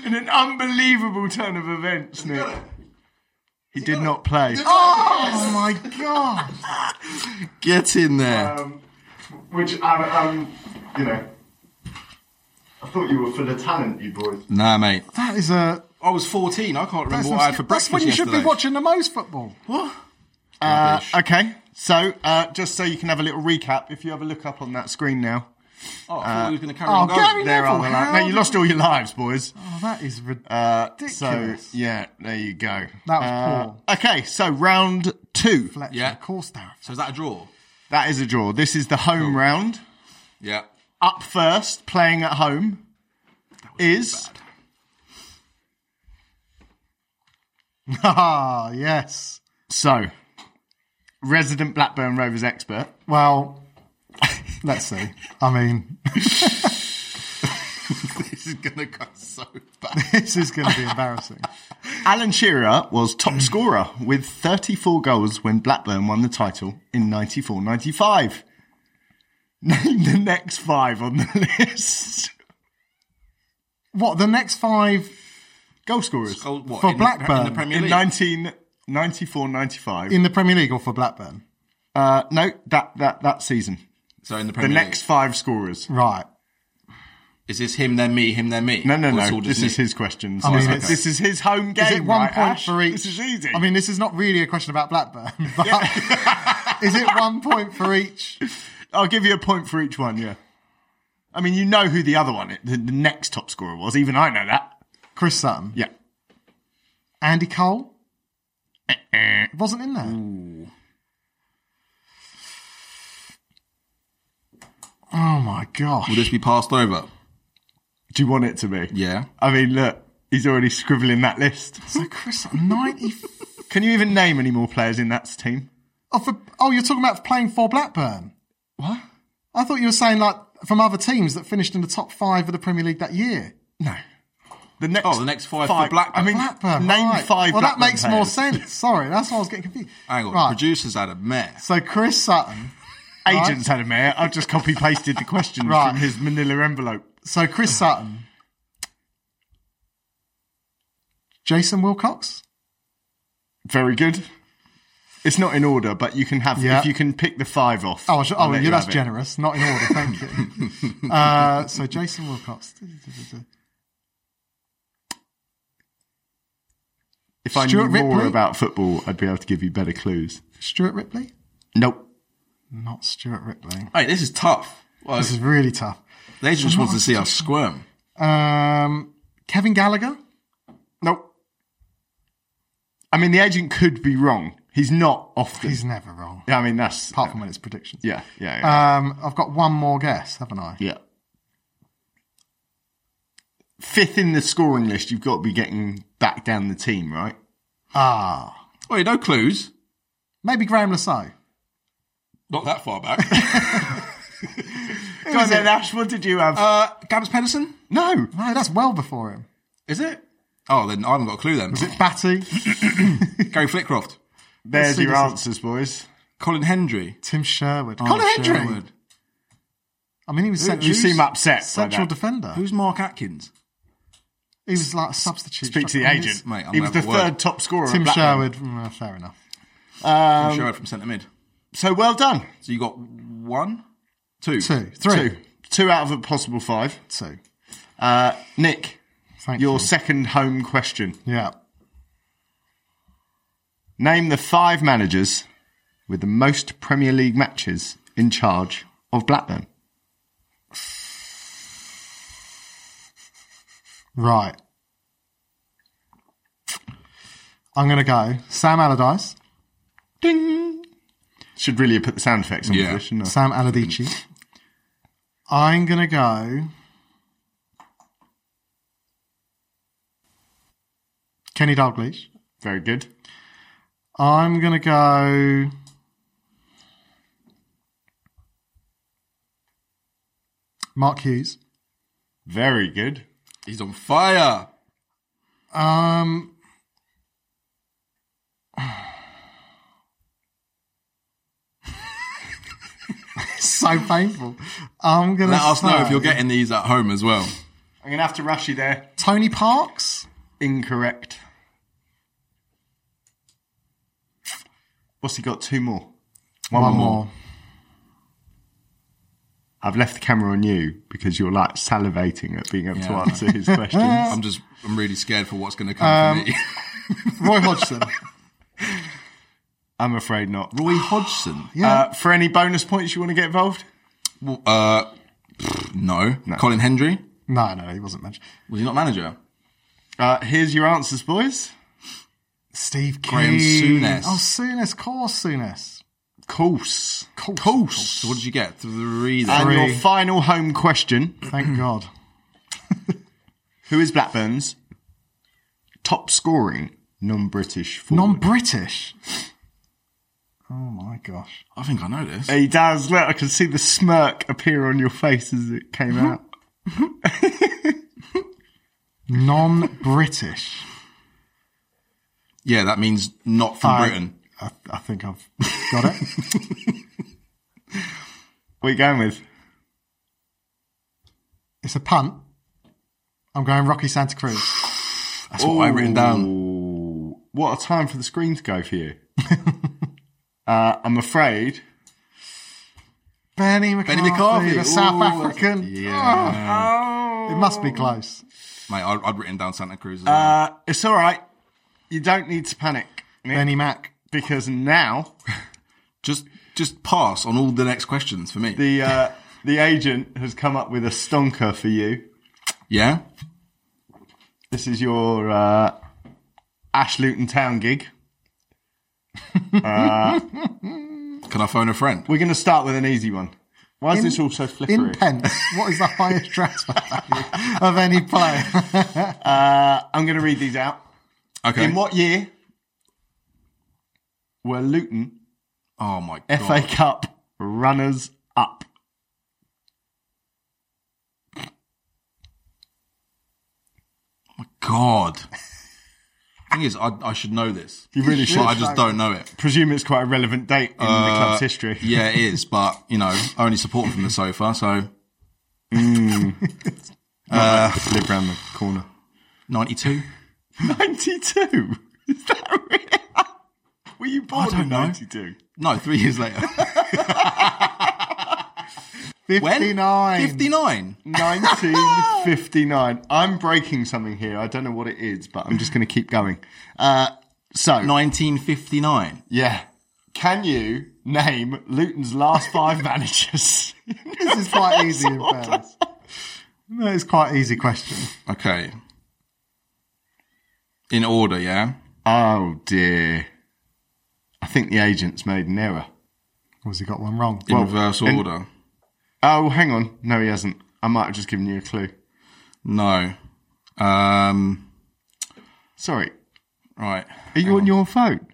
Speaker 3: In an unbelievable turn of events, Nick. He did not play.
Speaker 1: Oh my god!
Speaker 2: Get in there.
Speaker 3: Which I'm, I'm, you know, I thought you were for the talent, you boys.
Speaker 2: nah, mate.
Speaker 1: That is a.
Speaker 2: I was 14. I can't remember
Speaker 1: That's,
Speaker 2: what I had for
Speaker 1: that's
Speaker 2: breakfast
Speaker 1: when you should be
Speaker 2: yesterday. Ah,
Speaker 1: watching Ah, the most football.
Speaker 2: What?
Speaker 3: Uh,
Speaker 2: Rubbish.
Speaker 3: okay, so uh, just so you can have a little recap, if you have a look up on that screen now,
Speaker 2: Oh, I thought he was going to carry
Speaker 1: oh,
Speaker 2: on going.
Speaker 1: Gary-
Speaker 3: there are
Speaker 1: Neville,
Speaker 3: the
Speaker 1: how
Speaker 3: li- No, you
Speaker 1: did-
Speaker 3: lost all your lives, boys.
Speaker 1: Oh, that is ridiculous.
Speaker 2: Uh,
Speaker 3: So yeah, there you go.
Speaker 1: That was
Speaker 3: Uh,
Speaker 1: poor.
Speaker 3: Okay, so round two.
Speaker 1: Fletcher,
Speaker 2: Yeah.
Speaker 1: of course, Dareth.
Speaker 2: So is that a draw?
Speaker 3: That is a draw. This is the home round.
Speaker 2: Yeah.
Speaker 3: Up first, playing at home, is
Speaker 1: Ah, yes.
Speaker 3: so resident Blackburn Rovers expert.
Speaker 1: Well, let's see. I mean,
Speaker 2: this is going to go so bad.
Speaker 1: this is going to be embarrassing.
Speaker 3: Alan Shearer was top scorer with 34 goals when Blackburn won the title in 94 95. Name the next five on the list.
Speaker 1: What the next five?
Speaker 3: Goal scorers
Speaker 2: Oh, what,
Speaker 1: For
Speaker 2: in the- in the
Speaker 1: Blackburn,
Speaker 2: Premier
Speaker 3: in
Speaker 2: League.
Speaker 3: 1994 95.
Speaker 1: in the Premier League or for Blackburn?
Speaker 3: Uh, no, that, that, that season.
Speaker 2: so in the
Speaker 3: The
Speaker 2: Premier
Speaker 3: next five scorers.
Speaker 1: Right.
Speaker 2: League. is this him then me, him then me?
Speaker 3: No, no,
Speaker 2: Or it's
Speaker 3: no.
Speaker 2: all
Speaker 3: This
Speaker 2: just
Speaker 3: is
Speaker 2: Nick?
Speaker 3: his questions.
Speaker 1: I mean,
Speaker 3: This-
Speaker 1: it's-
Speaker 3: this is his home game.
Speaker 1: Oh, Is it one
Speaker 3: right,
Speaker 1: point
Speaker 3: Ash?
Speaker 1: for each?
Speaker 3: This is easy.
Speaker 1: I mean, this is not really a question about Blackburn. But is it one point for each?
Speaker 3: I'll give you a point for each one. Yeah. I mean, you know who the other one, the, the next top scorer was. Even I know that.
Speaker 1: Chris Sutton,
Speaker 3: Yeah.
Speaker 1: Andy Cole. It wasn't in there. Oh my
Speaker 2: Will
Speaker 1: gosh!
Speaker 2: this be passed over?
Speaker 3: Do you want it to be?
Speaker 2: Yeah.
Speaker 3: I mean, look, he's already scribbling that list.
Speaker 1: So Chris Sutton, ninety.
Speaker 3: Can you even name any more players in that team?
Speaker 1: Oh, for, oh, you're talking about playing for Blackburn? What? I thought you were saying like from other teams that finished in the top five of the Premier League that year.
Speaker 3: No. The next.
Speaker 2: Oh, the next five for Blackburn.
Speaker 3: I mean,
Speaker 1: Blackburn.
Speaker 3: name
Speaker 1: right.
Speaker 3: five.
Speaker 1: Well, that
Speaker 3: Blackburn
Speaker 1: makes more
Speaker 3: players.
Speaker 1: sense. Sorry, that's why I was getting confused.
Speaker 2: Hang on.
Speaker 1: Right.
Speaker 2: Producers had a mess.
Speaker 1: So Chris Sutton.
Speaker 3: Agents had a mayor. I've just copy pasted the questions
Speaker 1: Right.
Speaker 3: from his Manila envelope.
Speaker 1: So Chris
Speaker 3: Uh-huh.
Speaker 1: Sutton. Jason Wilcox.
Speaker 3: Very good. It's not in order, but you can have
Speaker 1: Yeah.
Speaker 3: if you can pick the five off.
Speaker 1: Oh, I should, oh
Speaker 3: let
Speaker 1: yeah,
Speaker 3: you
Speaker 1: that's
Speaker 3: have it.
Speaker 1: generous. Not in order, thank you. uh, so Jason Wilcox.
Speaker 3: If I
Speaker 1: Stuart
Speaker 3: knew more
Speaker 1: Ripley?
Speaker 3: about football, I'd be able to give you better clues.
Speaker 1: Stuart Ripley?
Speaker 3: Nope.
Speaker 1: Not Stuart Ripley.
Speaker 2: Hey, this is tough. Well,
Speaker 1: This is really tough.
Speaker 2: they just want to see us squirm.
Speaker 1: Um, Kevin Gallagher?
Speaker 3: Nope. I mean, the agent could be wrong. He's not often.
Speaker 1: He's never wrong.
Speaker 3: I mean, that's
Speaker 1: Apart from when it's predictions.
Speaker 3: yeah, yeah, yeah.
Speaker 1: Um, I've got one more guess, haven't I?
Speaker 3: yeah. Fifth in the scoring list, you've got to be getting back down the team, right?
Speaker 1: Ah.
Speaker 2: Oh, no clues.
Speaker 1: Maybe Graham Lasso.
Speaker 2: Not that far back.
Speaker 3: Go on then, Ash. What did you have?
Speaker 2: uh, Gabs Pedersen?
Speaker 3: no.
Speaker 1: No, that's well before him.
Speaker 2: Is it? Oh, then I haven't got a clue then.
Speaker 1: Is it Batty?
Speaker 2: Gary Flitcroft.
Speaker 3: There's
Speaker 1: see
Speaker 3: your
Speaker 1: this is-
Speaker 3: answers, boys.
Speaker 2: Colin Hendry.
Speaker 1: Tim Sherwood.
Speaker 2: Oh,
Speaker 1: Conor Hendry.
Speaker 2: Sherwood.
Speaker 1: I mean, he was central,
Speaker 3: You seem upset. by
Speaker 1: central
Speaker 3: that.
Speaker 1: defender.
Speaker 2: Who's Mark Atkins?
Speaker 1: He was like a substitute.
Speaker 3: Speak to the
Speaker 1: I mean,
Speaker 3: agent.
Speaker 2: Mate, I'm
Speaker 3: he was the
Speaker 2: gonna have a
Speaker 3: third top scorer. at
Speaker 1: Tim
Speaker 3: Blackburn.
Speaker 1: Sherwood. Mm, fair enough. Um,
Speaker 2: Tim Sherwood from centre mid.
Speaker 3: So well done.
Speaker 2: So you got one, two.
Speaker 1: Two, three,
Speaker 3: Two. Two out of a possible five.
Speaker 1: two.
Speaker 3: Uh, Nick,
Speaker 1: Thank
Speaker 3: your
Speaker 1: you.
Speaker 3: second home question.
Speaker 1: Yeah.
Speaker 3: Name the five managers with the most Premier League matches in charge of Blackburn.
Speaker 1: Right. I'm going to go Sam Allardyce,
Speaker 3: Ding. Should really have put the sound effects on
Speaker 2: Yeah.
Speaker 3: this, shouldn't I?
Speaker 1: Sam Allardyce. I'm going to go Kenny Dalglish.
Speaker 3: Very good.
Speaker 1: I'm going to go. Mark Hughes.
Speaker 3: Very good.
Speaker 2: He's on fire.
Speaker 1: Um, so painful. I'm going to
Speaker 2: Let us know if
Speaker 1: say
Speaker 2: you're getting these at home as well.
Speaker 3: I'm going to have to rush you there.
Speaker 1: Tony Parks.
Speaker 3: Incorrect. What's he got? Two more. One,
Speaker 1: One
Speaker 3: more.
Speaker 1: more.
Speaker 3: I've left the camera on you because you're like salivating at being able to
Speaker 2: Yeah.
Speaker 3: answer his questions.
Speaker 2: I'm just, I'm really scared for what's going to come for me.
Speaker 3: Um,
Speaker 1: Roy Hodgson.
Speaker 3: I'm afraid not.
Speaker 2: Roy Hodgson.
Speaker 1: Yeah.
Speaker 3: Uh, for any bonus points you want to get involved?
Speaker 2: Well, Uh, pff, no. Colin Hendry.
Speaker 1: no, no, he wasn't mentioned.
Speaker 2: Was he not manager?
Speaker 3: Uh, here's your answers, boys.
Speaker 1: Steve Keane.
Speaker 2: Graham Souness.
Speaker 1: Oh, Souness. Of course, Souness.
Speaker 3: Course.
Speaker 1: Course.
Speaker 2: So what did you get? Three. then.
Speaker 3: And
Speaker 1: Three.
Speaker 3: your final home question
Speaker 1: Thank God.
Speaker 3: Who is Blackburn's top scoring non British forward?
Speaker 1: Non British. Oh, my gosh.
Speaker 2: I think I know this.
Speaker 3: he does. Look, I can see the smirk appear on your face as it came
Speaker 2: Mm-hmm.
Speaker 3: out.
Speaker 1: Non British.
Speaker 2: Yeah, that means not from Britain.
Speaker 1: I, I think I've got it.
Speaker 3: What are you going with?
Speaker 1: it's a punt. I'm going Rocky Santa Cruz.
Speaker 2: That's what I've written down.
Speaker 3: Ooh, what a time for the screen to go for you. uh, I'm afraid.
Speaker 1: Benny McCarthy,
Speaker 2: McCarthy.
Speaker 1: the South
Speaker 2: Ooh,
Speaker 1: African.
Speaker 2: Yeah.
Speaker 1: Oh, it must be close.
Speaker 2: Mate, I'd, I'd written down Santa Cruz. as well.
Speaker 3: Uh, it's all right. You don't need to panic Nick,
Speaker 1: Benny Mac.
Speaker 3: because now
Speaker 2: just, just pass on all the next questions for me.
Speaker 3: the uh, the agent has come up with a stonker for you.
Speaker 2: yeah.
Speaker 3: This is your uh, Ash Luton Town gig.
Speaker 2: Can I phone a friend?
Speaker 3: We're going to start with an easy one. Why is
Speaker 1: In-
Speaker 3: this all so flippery?
Speaker 1: In pence, what is the highest transfer value of any player?
Speaker 3: Uh, I'm going to read these out.
Speaker 2: Okay.
Speaker 3: In what year were Luton
Speaker 2: Oh my
Speaker 3: FA
Speaker 2: god.
Speaker 3: Cup runners up?
Speaker 2: God. Thing is, I, I should know this.
Speaker 3: You really
Speaker 2: But
Speaker 3: should.
Speaker 2: I just don't know it.
Speaker 3: presume it's quite a relevant date in the club's
Speaker 2: Uh,
Speaker 3: history.
Speaker 2: Yeah, it is. But you know, I only support from the sofa, so
Speaker 3: Just live around the corner.
Speaker 2: ninety-two.
Speaker 3: 92? Is that real? Were you born
Speaker 2: don't
Speaker 3: in
Speaker 2: know.
Speaker 3: 92?
Speaker 2: No, three years later. When?
Speaker 1: 59.
Speaker 2: Fifty-nine.
Speaker 3: 1959. I'm breaking something here. I don't know what it is, but I'm just going to keep going. Uh, so,
Speaker 2: Nineteen fifty-nine.
Speaker 3: yeah. Can you name Luton's last five managers?
Speaker 1: This is quite easy in fairness. No, it's quite an easy question.
Speaker 2: Okay. In order, yeah.
Speaker 3: oh, dear. I think the agent's made an error.
Speaker 1: Or has he got one wrong?
Speaker 2: In
Speaker 1: Well,
Speaker 2: reverse order.
Speaker 3: Oh, hang on. No, he hasn't. I might have just given you a clue.
Speaker 2: No. Um.
Speaker 3: Sorry.
Speaker 2: Right.
Speaker 3: Are you on your phone?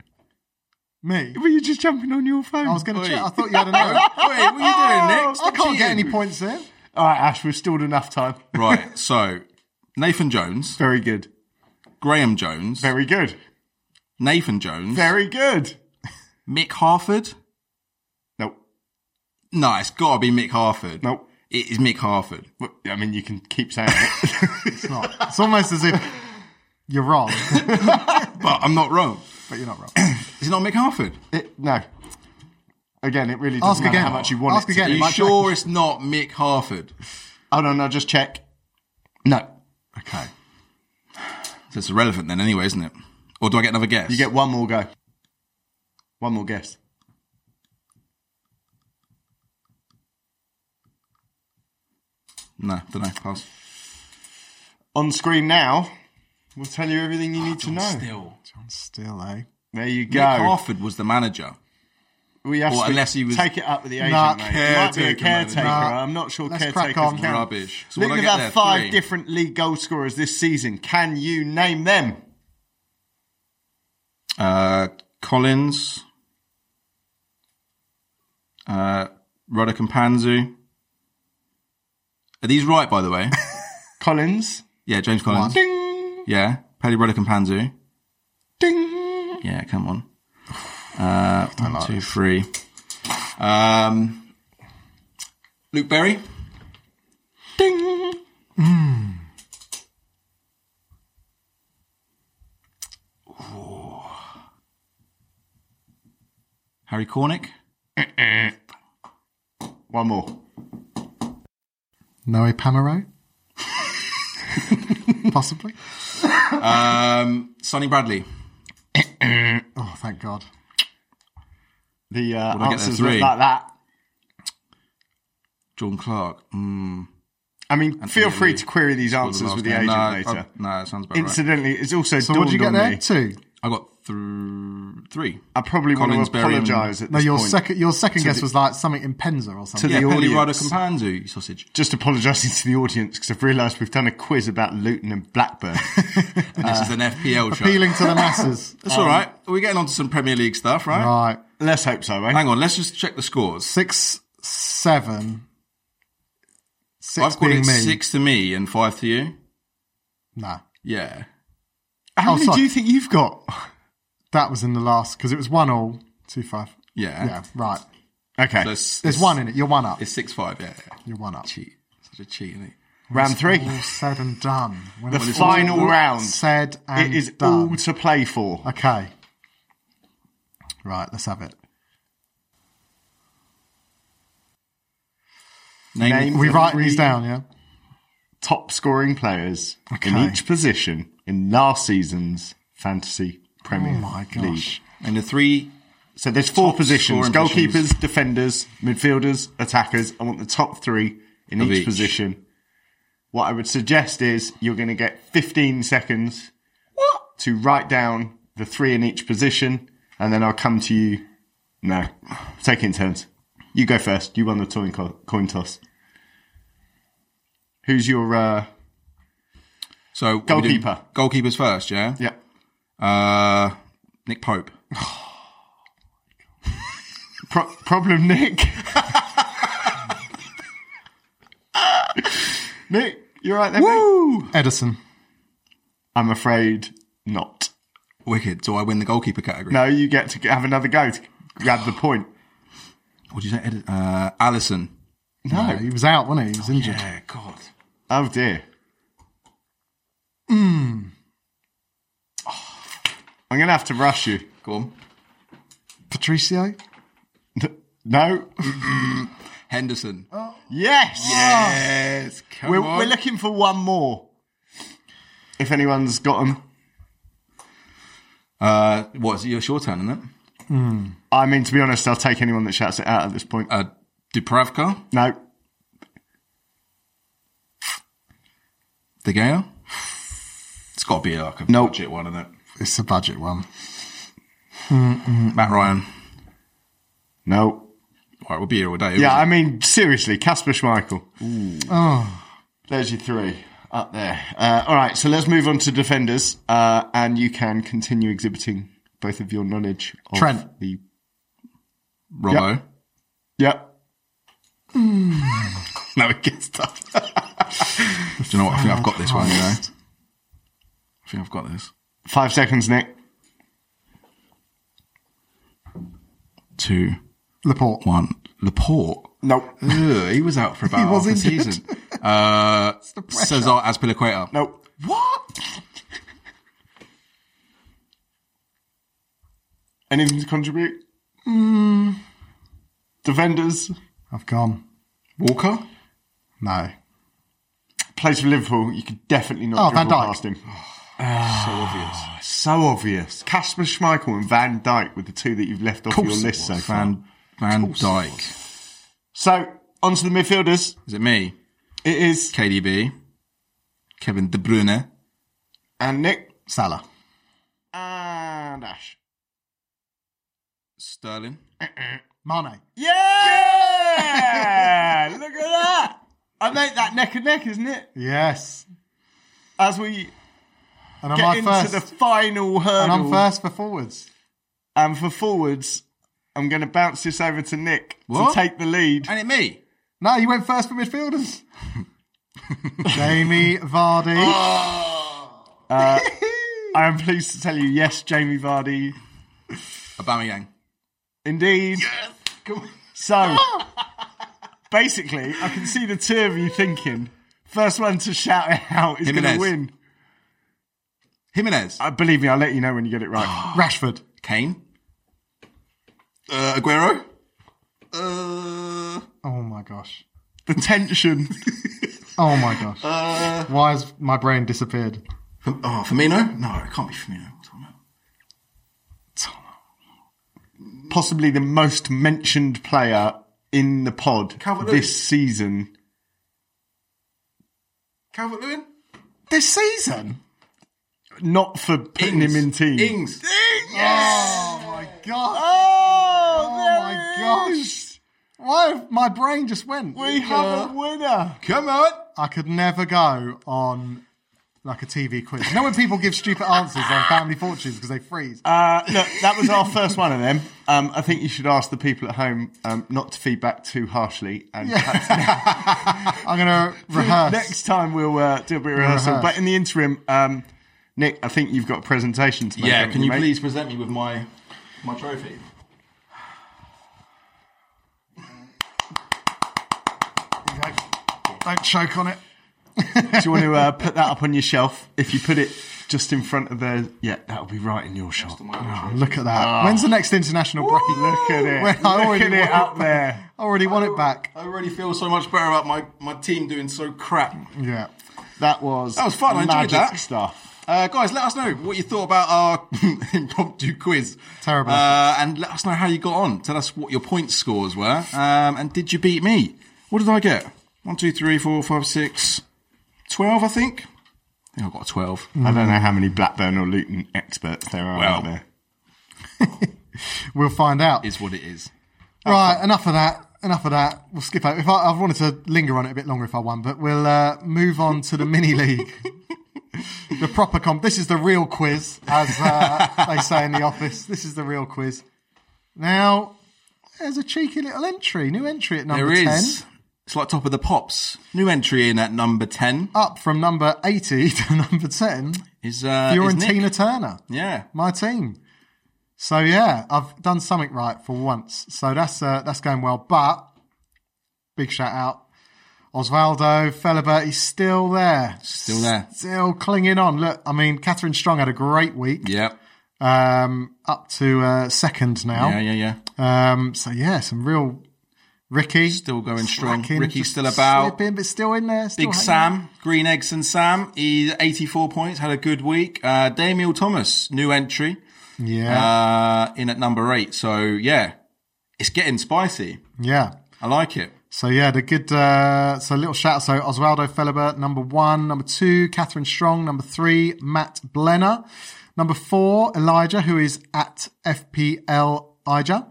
Speaker 1: me.
Speaker 3: Were you just jumping on your phone?
Speaker 1: I was going to
Speaker 2: Oi.
Speaker 1: check. I thought you had an error.
Speaker 2: Wait, what are you doing next?
Speaker 1: I can't get any points there.
Speaker 3: All right, Ash, we've stalled enough time.
Speaker 2: Right. So Nathan Jones,
Speaker 3: Very good.
Speaker 2: Graham Jones,
Speaker 3: Very good.
Speaker 2: Nathan Jones,
Speaker 3: Very good.
Speaker 2: Mick Harford.
Speaker 3: Nope.
Speaker 2: No, it's got to be Mick Harford.
Speaker 3: Nope.
Speaker 2: It is Mick Harford.
Speaker 3: Well, I mean, you can keep saying it.
Speaker 1: It's not. It's almost as if you're wrong,
Speaker 2: But I'm not wrong.
Speaker 1: but you're not wrong.
Speaker 2: Is it not Mick Harford?
Speaker 3: It- no. Again, it really doesn't
Speaker 1: Ask
Speaker 3: matter
Speaker 1: again.
Speaker 3: how much you want
Speaker 1: Ask
Speaker 3: it to
Speaker 1: again.
Speaker 2: Are
Speaker 1: It
Speaker 2: you
Speaker 1: might
Speaker 2: sure it's not Mick Harford?
Speaker 3: be. Hold on, I'll just check. No.
Speaker 2: Okay. So it's irrelevant then, anyway, isn't it? Or do I get another guess?
Speaker 3: You get one more go. One more guess.
Speaker 2: no. Don't know. Pass.
Speaker 3: On screen now, we'll tell you everything you need to know.
Speaker 2: Still,
Speaker 1: John Still, eh?
Speaker 3: There you go.
Speaker 2: Mick Harford was the manager.
Speaker 3: We have
Speaker 2: Or
Speaker 3: to
Speaker 2: unless he was-
Speaker 3: take it up with the agent,
Speaker 1: Nah,
Speaker 3: mate. It might be a
Speaker 2: caretaker, man.
Speaker 3: caretaker.
Speaker 1: Nah.
Speaker 3: I'm not sure
Speaker 1: Let's crack
Speaker 3: caretakers
Speaker 1: on.
Speaker 3: count.
Speaker 2: Rubbish. So what
Speaker 3: Luton
Speaker 2: do I
Speaker 3: have
Speaker 2: get
Speaker 3: had
Speaker 2: there?
Speaker 3: five
Speaker 2: Three?
Speaker 3: different league goal scorers this season. Can you name them?
Speaker 2: Uh, Collins, uh, Roddick and Panzu. Are these right, by the way?
Speaker 3: Collins.
Speaker 2: yeah, James Collins.
Speaker 3: Ding,
Speaker 2: Yeah, Paddy Roddick and Panzu.
Speaker 3: ding.
Speaker 2: Yeah, come on. Uh, one, two, three. Um, Luke Berry. Hmm.
Speaker 3: Ding.
Speaker 2: Harry Cornick.
Speaker 3: One more.
Speaker 1: Noe Pamero? Possibly.
Speaker 2: Um, Sonny Bradley.
Speaker 1: Oh, thank God.
Speaker 3: The uh,
Speaker 2: I get there?
Speaker 3: answers
Speaker 2: Three.
Speaker 3: look like that.
Speaker 2: John Clark. Mm,
Speaker 3: I mean, feel
Speaker 2: Anthony
Speaker 3: free
Speaker 2: Lee.
Speaker 3: to query these answers
Speaker 2: last
Speaker 3: with the
Speaker 2: name.
Speaker 3: agent
Speaker 2: no,
Speaker 3: later.
Speaker 2: I, no, that sounds about right.
Speaker 3: Incidentally, it's also
Speaker 1: So
Speaker 3: dawned
Speaker 1: what did you get
Speaker 3: on
Speaker 1: there?
Speaker 3: me.
Speaker 1: Two.
Speaker 2: I got through three.
Speaker 3: I probably
Speaker 2: Collins,
Speaker 3: want to
Speaker 2: Berry and-
Speaker 3: apologise at
Speaker 1: No,
Speaker 3: this
Speaker 1: your
Speaker 3: point.
Speaker 1: second your second guess was like something in Penza or something.
Speaker 3: the
Speaker 2: yeah, Paddy
Speaker 3: audience.
Speaker 2: Roddick and Panzu sausage.
Speaker 3: Just apologising to the audience because I've realised we've done a quiz about Luton and Blackburn.
Speaker 2: And this is an FPL show.
Speaker 1: Appealing to the masses.
Speaker 2: That's all right. We're getting on to some Premier League stuff, right?
Speaker 1: Right.
Speaker 3: Let's hope so, eh?
Speaker 2: Hang on, let's just check the scores.
Speaker 1: Six, seven. Six
Speaker 2: I've got
Speaker 1: being
Speaker 2: it
Speaker 1: me.
Speaker 2: six to me and five to you.
Speaker 1: Nah.
Speaker 2: Yeah.
Speaker 3: How
Speaker 1: Oh,
Speaker 3: many
Speaker 1: sorry.
Speaker 3: do you think you've got?
Speaker 1: That was in the last, because it was one all, two five.
Speaker 2: Yeah.
Speaker 1: Yeah, right.
Speaker 3: Okay,
Speaker 2: So it's,
Speaker 1: There's
Speaker 2: it's,
Speaker 1: one in it. You're one up.
Speaker 2: It's six five, yeah. yeah.
Speaker 1: You're one up.
Speaker 2: Cheat. Such a cheat, isn't it?
Speaker 3: round three,
Speaker 1: All said and done. When
Speaker 3: the
Speaker 1: it was
Speaker 3: final
Speaker 1: all
Speaker 3: round.
Speaker 1: Said and
Speaker 3: It is
Speaker 1: done.
Speaker 3: all to play for.
Speaker 1: Okay. Right, let's have it.
Speaker 2: Name,
Speaker 3: Name-
Speaker 1: Are we writing these
Speaker 3: Three.
Speaker 1: down, yeah?
Speaker 3: Top scoring players
Speaker 1: Okay.
Speaker 3: in each position in last season's fantasy Premier
Speaker 1: Oh my
Speaker 3: League.
Speaker 1: gosh.
Speaker 2: and the three
Speaker 3: So there's four
Speaker 2: Top
Speaker 3: positions:
Speaker 2: scoring
Speaker 3: goalkeepers,
Speaker 2: positions.
Speaker 3: defenders, midfielders, attackers. I want the top three in
Speaker 2: Of
Speaker 3: each,
Speaker 2: each.
Speaker 3: position. What I would suggest is you're going to get 15 seconds to write down the three in each position, and then I'll come to you. No, take it in turns. You go first. You won the coin, co- coin toss. Who's your? Uh,
Speaker 2: so what we do-
Speaker 3: Goalkeeper.
Speaker 2: Goalkeepers first, yeah?
Speaker 3: yeah,
Speaker 2: Uh Nick Pope.
Speaker 3: Pro- problem, Nick. Nick, you're right there. mate?
Speaker 2: Woo!
Speaker 1: Edison.
Speaker 3: I'm afraid not.
Speaker 2: Wicked. So I win the goalkeeper category.
Speaker 3: No, you get to have another go to grab the point.
Speaker 2: What do you say? Edi- Uh Allison.
Speaker 1: No. he was out, wasn't he? He was injured.
Speaker 2: Yeah, Eh, God.
Speaker 3: Oh dear. Hmm. I'm going to have to rush you.
Speaker 2: Go on.
Speaker 1: Patricio?
Speaker 3: No.
Speaker 2: Henderson.
Speaker 3: Yes.
Speaker 2: Yes. Come
Speaker 3: We're,
Speaker 2: on.
Speaker 3: we're looking for one more. If anyone's got them,
Speaker 2: Uh, what? It's your- it's your turn, isn't it?
Speaker 3: I mean, to be honest, I'll take anyone that shouts it out at this point.
Speaker 2: Uh, Dubravka,
Speaker 3: no.
Speaker 2: De Gea. It's got to be like a
Speaker 3: Nope.
Speaker 2: budget one, isn't it?
Speaker 1: It's a budget one.
Speaker 2: Matt Ryan.
Speaker 3: No.
Speaker 2: All right, we'll be here all day.
Speaker 3: Yeah, I mean, seriously, Casper Schmeichel.
Speaker 1: Oh,
Speaker 3: There's your three up there. Uh, all right, so let's move on to defenders, uh, and you can continue exhibiting both of your knowledge. Of
Speaker 1: Trent.
Speaker 3: The,
Speaker 2: Robbo.
Speaker 3: yep.
Speaker 2: No, it gets tough. Do you know what? I think I've got this one. You know,
Speaker 1: Christ.
Speaker 2: I think I've got this.
Speaker 3: Five seconds, Nick.
Speaker 2: Two,
Speaker 1: Laporte.
Speaker 2: one. Laporte.
Speaker 3: Nope.
Speaker 2: Ugh, he was out for about
Speaker 1: was
Speaker 2: half the
Speaker 1: injured.
Speaker 2: season. Uh,
Speaker 1: pressure.
Speaker 2: Cesar Azpilicueta.
Speaker 3: Nope.
Speaker 2: What?
Speaker 3: Anything to contribute?
Speaker 1: Mm.
Speaker 3: Defenders.
Speaker 1: I've gone.
Speaker 2: Walker.
Speaker 1: No.
Speaker 3: Plays for Liverpool. You could definitely
Speaker 1: Oh,
Speaker 3: not
Speaker 1: Van
Speaker 3: dribble
Speaker 1: Dijk.
Speaker 3: past him.
Speaker 2: So obvious.
Speaker 3: So obvious. Casper Schmeichel and Van Dyke were the two that you've left off your
Speaker 1: course it
Speaker 3: list so far.
Speaker 2: Van Van Dyke.
Speaker 3: So, on to the midfielders.
Speaker 2: Is it me?
Speaker 3: It is.
Speaker 2: KDB. Kevin De Bruyne.
Speaker 3: And Nick.
Speaker 1: Salah.
Speaker 3: And Ash.
Speaker 2: Sterling.
Speaker 1: Mane.
Speaker 3: Yeah! Look at that! I make that neck and neck, isn't it?
Speaker 1: Yes.
Speaker 3: As we
Speaker 1: And I'm
Speaker 3: get
Speaker 1: I
Speaker 3: into
Speaker 1: first.
Speaker 3: the final hurdle.
Speaker 1: and I'm first for forwards.
Speaker 3: And for forwards, I'm going to bounce this over to Nick
Speaker 2: What?
Speaker 3: to take the lead.
Speaker 2: And it me.
Speaker 1: No, you went first for midfielders. Jamie Vardy.
Speaker 3: Uh, I am pleased to tell you, yes, Jamie Vardy,
Speaker 2: Obama Yang.
Speaker 3: indeed. So, basically, I can see the two of you thinking. First one to shout it out is going to
Speaker 2: Jimenez.
Speaker 3: win.
Speaker 2: Jimenez.
Speaker 3: Uh, believe me, I'll let you know when you get it right.
Speaker 1: Rashford.
Speaker 2: Kane. Uh, Aguero. Uh,
Speaker 1: Oh my gosh.
Speaker 3: the tension.
Speaker 1: Oh my gosh. Why has my brain disappeared?
Speaker 2: F- oh, Firmino? No, it can't be Firmino. What's on that?
Speaker 3: Possibly the most mentioned player in the pod
Speaker 2: Calvert-Lewin.
Speaker 3: this season.
Speaker 2: Calvert Lewin?
Speaker 1: This season?
Speaker 3: Not for putting him in team.
Speaker 2: Ings.
Speaker 1: Oh my gosh.
Speaker 3: Oh,
Speaker 1: Oh
Speaker 3: there
Speaker 1: my
Speaker 3: it
Speaker 1: gosh.
Speaker 3: is.
Speaker 1: Why have- my brain just went?
Speaker 3: We have a winner.
Speaker 2: Come on.
Speaker 1: I could never go on like a TV quiz. You know when people give stupid answers on Family Fortunes because they freeze?
Speaker 3: Uh, look, that was our first one of them. Um, I think you should ask the people at home um, not to feedback too harshly. And perhaps
Speaker 1: I'm going to rehearse.
Speaker 3: next time we'll uh, do a bit of rehearsal.
Speaker 1: rehearse.
Speaker 3: But in the interim, um, Nick, I think you've got a presentation to make.
Speaker 2: Yeah,
Speaker 3: haven't
Speaker 2: can you
Speaker 3: mate?
Speaker 2: please present me with my my trophy?
Speaker 1: Don't- Don't choke on it.
Speaker 3: Do you want to uh, put that up on your shelf? If you put it just in front of the, yeah, that'll be right in your shot.
Speaker 1: Oh, look at that. When's the next international break?
Speaker 3: Look at it.
Speaker 1: Well, I
Speaker 3: Look
Speaker 1: already
Speaker 3: at it
Speaker 1: want-
Speaker 3: up there.
Speaker 1: I already want it back.
Speaker 2: I already feel so much better about my, my team doing so crap.
Speaker 1: Yeah.
Speaker 3: That was
Speaker 2: That was fun, I enjoyed
Speaker 3: magic
Speaker 2: that.
Speaker 3: stuff.
Speaker 2: Uh, guys, let us know what you thought about our impromptu quiz.
Speaker 1: Terrible.
Speaker 2: Uh, and let us know how you got on. Tell us what your point scores were. Um, and did you beat me? What did I get? One, two, three, four, five, six, twelve. I think. I think I got a 12.
Speaker 1: Mm.
Speaker 3: I don't know how many Blackburn or Luton experts there are
Speaker 2: Well.
Speaker 3: out there.
Speaker 1: We'll find out.
Speaker 2: Is what it is.
Speaker 1: Right, enough of that. Enough of that. We'll skip over. If I, I've wanted to linger on it a bit longer if I won, but we'll uh, move on to the mini league. the proper comp. This is the real quiz, as uh, they say in the office. This is the real quiz. Now, there's a cheeky little entry, new entry at number
Speaker 2: There is.
Speaker 1: 10,
Speaker 2: It's like top of the pops. New entry in at number ten
Speaker 1: up from number 80 to number 10.
Speaker 2: is uh, is Nick.
Speaker 1: Fiorentina Turner.
Speaker 2: Yeah.
Speaker 1: my team. So yeah, I've done something right for once. So that's uh, that's going well. But big shout out, Osvaldo Felibert. He's still there,
Speaker 2: Still there.
Speaker 1: still clinging on. Look, I mean, Catherine Strong had a great week.
Speaker 2: Yeah.
Speaker 1: Um, up to uh, second
Speaker 2: Yeah.
Speaker 1: now.
Speaker 2: Yeah. Yeah.
Speaker 1: Um, so yeah, some real Ricky
Speaker 2: Still going strong.
Speaker 1: slacking,
Speaker 2: Ricky's
Speaker 1: just
Speaker 2: still about.
Speaker 1: slipping, but still in there. Still
Speaker 2: Big
Speaker 1: hanging
Speaker 2: Sam, Green Eggs and Sam, he's 84 points, had a good week. Uh, Damiel Thomas, new entry,
Speaker 1: on. Yeah,
Speaker 2: uh, in at number eight. So, yeah, it's getting spicy.
Speaker 1: yeah.
Speaker 2: I like it.
Speaker 1: So yeah, the good. Uh, so little shout. So Oswaldo Felibert, number one, number two, Catherine Strong, number three, Matt Blenner, number four, Elijah, who is at FPL Ija.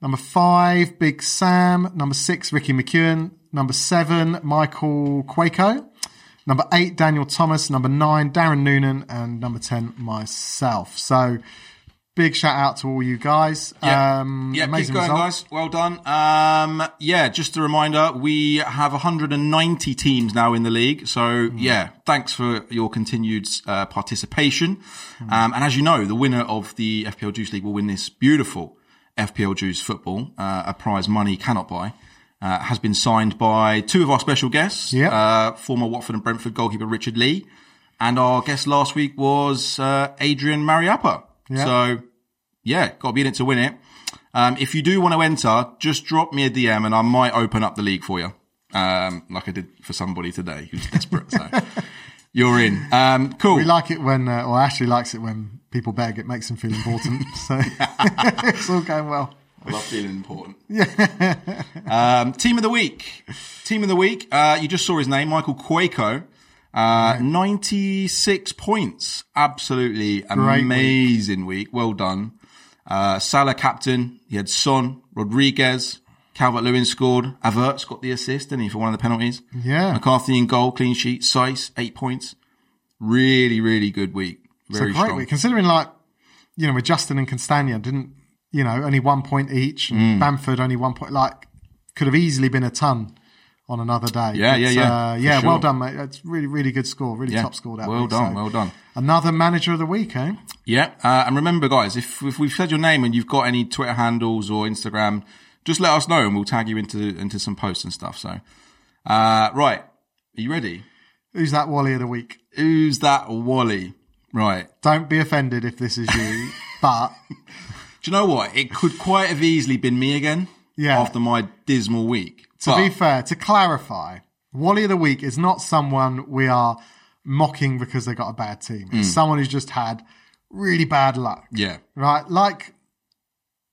Speaker 1: Number five, Big Sam. Number six, Ricky McEwen. Number seven, Michael Quaco. Number eight, Daniel Thomas. Number nine, Darren Noonan, and number ten, myself. So. Big shout out to all you guys.
Speaker 2: Yeah.
Speaker 1: Um,
Speaker 2: yeah,
Speaker 1: amazing
Speaker 2: keep going,
Speaker 1: result.
Speaker 2: guys. Well done. Um, yeah, just a reminder, we have 190 teams now in the league. So,
Speaker 1: Mm.
Speaker 2: yeah, thanks for your continued uh, participation.
Speaker 1: Mm.
Speaker 2: Um, and as you know, the winner of the FPL Juice League will win this beautiful FPL Juice football, uh, a prize money cannot buy. Uh, has been signed by two of our special guests,
Speaker 1: Yep.
Speaker 2: uh, former Watford and Brentford goalkeeper Richard Lee, and our guest last week was uh, Adrian Mariappa. So, yeah, got to be in it to win it. Um, if you do want to enter, just drop me a DM and I might open up the league for you, um, like I did for somebody today who's desperate. So you're in. Um, cool.
Speaker 1: We like it when, uh, or Ashley likes it when people beg. It makes him feel important. so it's all going well.
Speaker 2: I love feeling important. Yeah. um, team of the week. Team of the week. Uh, you just saw his name, Michael Cueco. Uh, 96 points. Absolutely
Speaker 1: Great
Speaker 2: amazing week. Well done. Uh, Salah captain. He had Son, Rodriguez, Calvert Lewin scored. Havertz got the assist, didn't he, for one of the penalties?
Speaker 1: Yeah.
Speaker 2: McCarthy in goal, clean sheet. Sice, eight points. Really, really good week. Very
Speaker 1: It's a great
Speaker 2: strong.
Speaker 1: week. Considering, like, you know, with Justin and Castagna didn't, you know, only one point each, and
Speaker 2: Mm.
Speaker 1: Bamford only one point. Like, could have easily been a ton on another day.
Speaker 2: Yeah, yeah, yeah,
Speaker 1: Uh,
Speaker 2: for
Speaker 1: yeah, well
Speaker 2: sure.
Speaker 1: done, mate. That's really, really good score. Really
Speaker 2: Yeah.
Speaker 1: top score that
Speaker 2: Well
Speaker 1: week,
Speaker 2: done,
Speaker 1: so.
Speaker 2: well done.
Speaker 1: Another manager of the week, eh?
Speaker 2: Yeah, uh, and remember, guys, if if we've said your name and you've got any Twitter handles or Instagram, just let us know and we'll tag you into into some posts and stuff. So, uh, right, are you ready?
Speaker 1: Who's that Wally of the week?
Speaker 2: Who's that Wally? Right.
Speaker 1: Don't be offended if this is you, but
Speaker 2: Do you know what? It could quite have easily been me again.
Speaker 1: Yeah.
Speaker 2: After my dismal week.
Speaker 1: To be fair, to clarify, Wally of the Week is not someone we are mocking because they got a bad team. It's someone who's just had really bad luck.
Speaker 2: yeah.
Speaker 1: Right? Like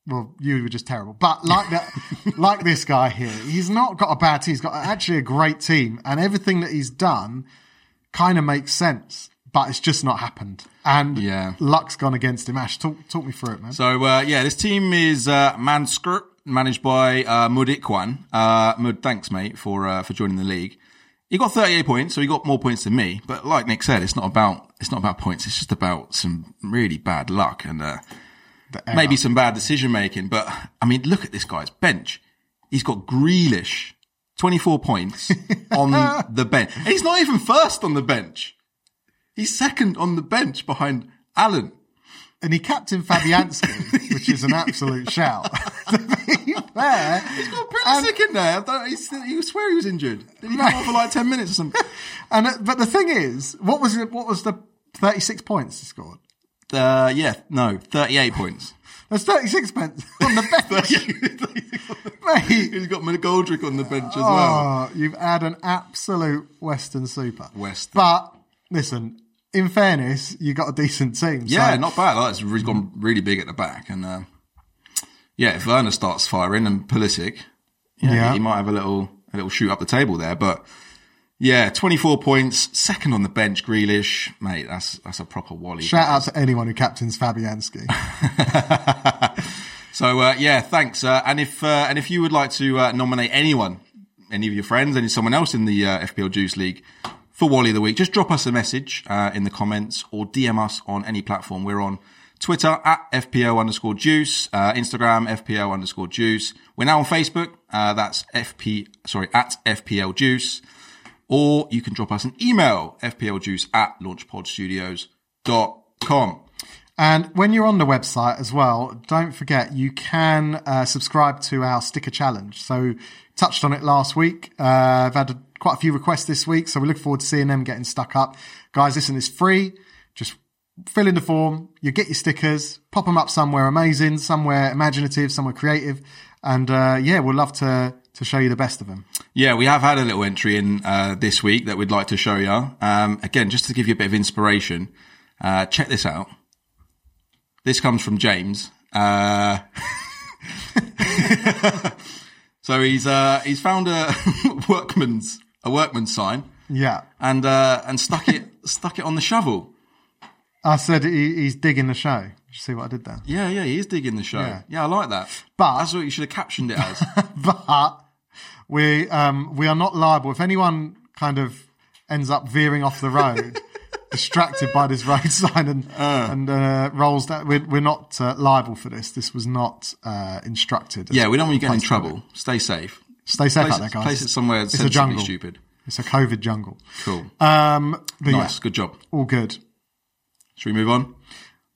Speaker 1: well, you were just terrible. But like that like this guy here, he's not got a bad team. He's got actually a great team. And everything that he's done kind of makes sense. But it's just not happened. And
Speaker 2: Yeah.
Speaker 1: luck's gone against him. Ash, talk talk me through it, man.
Speaker 2: So uh, yeah, this team is uh, Manskrt, managed by uh, Mud Ikwan. Uh, Mud, thanks mate for uh, for joining the league. You got 38 points, so you got more points than me. But like Nick said, it's not about it's not about points. It's just about some really bad luck and uh,
Speaker 1: The error.
Speaker 2: maybe some bad decision making. But I mean, look at this guy's bench. He's got Grealish, 24 points on the bench. And he's not even first on the bench. He's second on the bench behind Allen.
Speaker 1: and he captained Fabianski, which is an absolute shout. to be fair,
Speaker 2: Oh, pretty sick in there. I thought he, s- he swear he was injured. Did he come on for like ten minutes or something?
Speaker 1: and uh, but the thing is, what was it, what was the thirty six points he scored?
Speaker 2: Uh, yeah, no, thirty-eight points.
Speaker 1: There's thirty six points on the bench, mate.
Speaker 2: He's got McGoldrick on the bench as well.
Speaker 1: Oh, you've had an absolute Western super.
Speaker 2: Western.
Speaker 1: but listen. In fairness, you got a decent team.
Speaker 2: Yeah,
Speaker 1: so
Speaker 2: not bad. Like, it's really gone really big at the back, and uh, yeah, if Werner starts firing and Pulisic, yeah,
Speaker 1: Yeah.
Speaker 2: he might have a little a little shoot up the table there. But yeah, twenty-four points, second on the bench. Grealish, mate, that's that's a proper wally.
Speaker 1: shout out to anyone who captains Fabianski.
Speaker 2: So uh, yeah, thanks. Uh, and if uh, and if you would like to uh, nominate anyone, any of your friends, any someone else in the uh, FPL Juice League for Wally of the Week, just drop us a message uh, in the comments or DM us on any platform. We're on Twitter at FPO underscore Juice, uh, Instagram FPO underscore Juice. We're now on Facebook. Uh, that's FP sorry at FPL Juice, or you can drop us an email FPLJuice at launchpodstudios.com.
Speaker 1: And when you're on the website as well, don't forget you can uh, subscribe to our sticker challenge. So touched on it last week. Uh, I've had a, quite a few requests this week, so we look forward to seeing them getting stuck up. Guys, listen, it's free. Just fill in the form. You get your stickers, pop them up somewhere amazing, somewhere imaginative, somewhere creative, and uh, yeah, we'll love to to show you the best of them.
Speaker 2: Yeah, we have had a little entry in uh, this week that we'd like to show you. Um, again, just to give you a bit of inspiration, uh, check this out. This comes from James. Uh, so he's uh, he's found a workman's a workman's sign
Speaker 1: Yeah,
Speaker 2: and uh, and stuck it stuck it on the shovel.
Speaker 1: I said he, he's digging the show. Did you see what I did there?
Speaker 2: Yeah, yeah, he is digging the show. Yeah, I like that.
Speaker 1: But-
Speaker 2: that's what you should have captioned it as.
Speaker 1: but we um, we are not liable if anyone kind of ends up veering off the road, distracted by this road sign and and uh, rolls down. We're, we're not uh, liable for this. This was not uh, instructed.
Speaker 2: yeah, we don't want you getting in trouble. Stay safe.
Speaker 1: stay safe
Speaker 2: Place
Speaker 1: out there,
Speaker 2: it,
Speaker 1: guys.
Speaker 2: place it somewhere
Speaker 1: It's a
Speaker 2: sensibly
Speaker 1: jungle.
Speaker 2: stupid.
Speaker 1: It's a COVID jungle.
Speaker 2: Cool.
Speaker 1: Um, but
Speaker 2: nice. Good job.
Speaker 1: yeah, all good.
Speaker 2: Should we move on?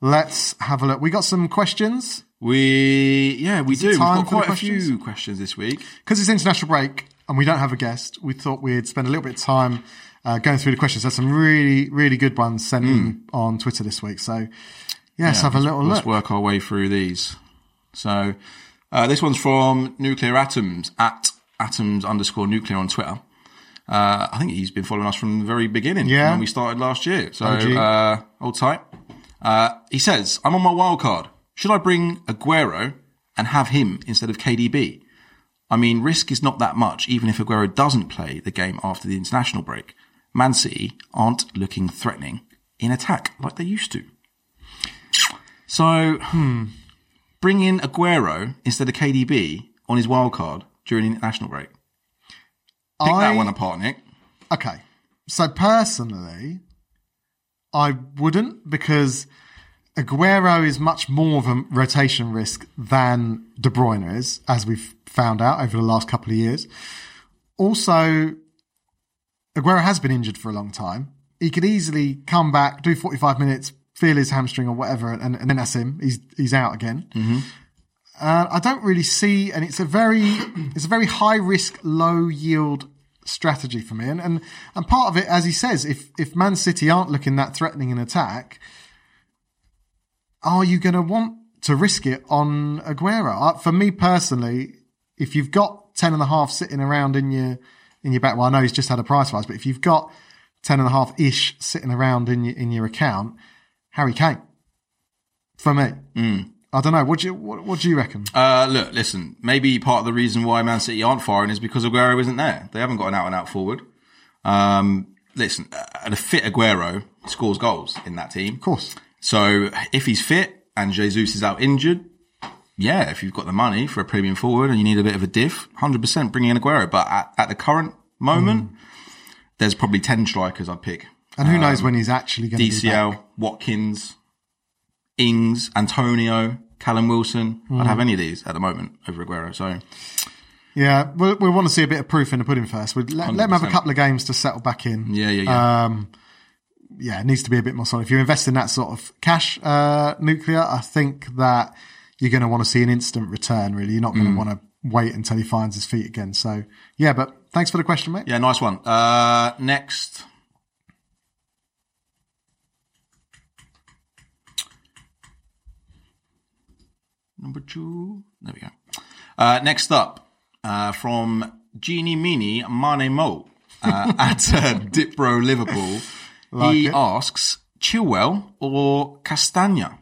Speaker 1: Let's have a look. We got some questions
Speaker 2: We yeah we do. We've
Speaker 1: time for
Speaker 2: got
Speaker 1: the
Speaker 2: quite a
Speaker 1: questions?
Speaker 2: few questions this week.
Speaker 1: because it's international break and we don't have a guest. We thought we'd spend a little bit of time. Uh, going through the questions, there's some really, really good ones sent in on Twitter this week. So, yeah, let's have a little look.
Speaker 2: Let's work our way through these. So uh, this one's from Nuclear Atoms at atoms underscore nuclear on Twitter. Uh, I think he's been following us from the very beginning.
Speaker 1: Yeah.
Speaker 2: when we started last year. So
Speaker 1: OG.
Speaker 2: uh, hold tight. Uh, he says, "I'm on my wild card. Should I bring Aguero and have him instead of KDB? I mean, risk is not that much, even if Aguero doesn't play the game after the international break. Man City aren't looking threatening in attack like they used to. So, hmm, bring in Aguero instead of KDB on his wild card during the international break. Pick that
Speaker 1: I-
Speaker 2: one apart, Nick.
Speaker 1: Okay. So personally, I wouldn't because Aguero is much more of a rotation risk than De Bruyne is, as we've found out over the last couple of years. Also, Aguero has been injured for a long time. He could easily come back, do 45 minutes, feel his hamstring or whatever, and, and then that's him. He's he's out again. Uh, I don't really see, and it's a very it's a very high risk, low yield strategy for me. And and and part of it, as he says, if if Man City aren't looking that threatening in attack, are you going to want to risk it on Aguero? Uh, For me personally, if you've got ten and a half sitting around in your in your back, well, I know he's just had a price rise, but if you've got ten and a half ish sitting around in your in your account, Harry Kane for me. I don't know. What do you what, what do you reckon?
Speaker 2: Uh, look, listen. Maybe part of the reason why Man City aren't firing is because Aguero isn't there. They haven't got an out-and-out forward. Um, listen, uh, a fit Aguero scores goals in that team.
Speaker 1: of course,
Speaker 2: So if he's fit and Jesus is out injured, yeah, if you've got the money for a premium forward and you need a bit of a diff, 100% bring in Aguero. But at, at the current moment, there's probably 10 strikers I'd pick.
Speaker 1: and who
Speaker 2: Um,
Speaker 1: knows when he's actually going to be back.
Speaker 2: DCL, Watkins, Ings, Antonio, Callum Wilson. I'd have any of these at the moment over Aguero. So
Speaker 1: Yeah, we, we want to see a bit of proof in the pudding first. We'd let, let him have a
Speaker 2: 100%.
Speaker 1: couple of games to settle back in.
Speaker 2: yeah, yeah, yeah.
Speaker 1: yeah, it needs to be a bit more solid. If you invest in that sort of cash uh, nuclear, I think that you're going to want to see an instant return, really. You're not
Speaker 2: Mm.
Speaker 1: going to want to wait until he finds his feet again. So, yeah, but thanks for the question, mate.
Speaker 2: yeah, nice one. Uh, next. Number two. There we go. Uh, next up uh, from Genie Meanie Mane Mo uh, at uh, Dipro Liverpool. he
Speaker 1: it.
Speaker 2: asks Chilwell or Castagna?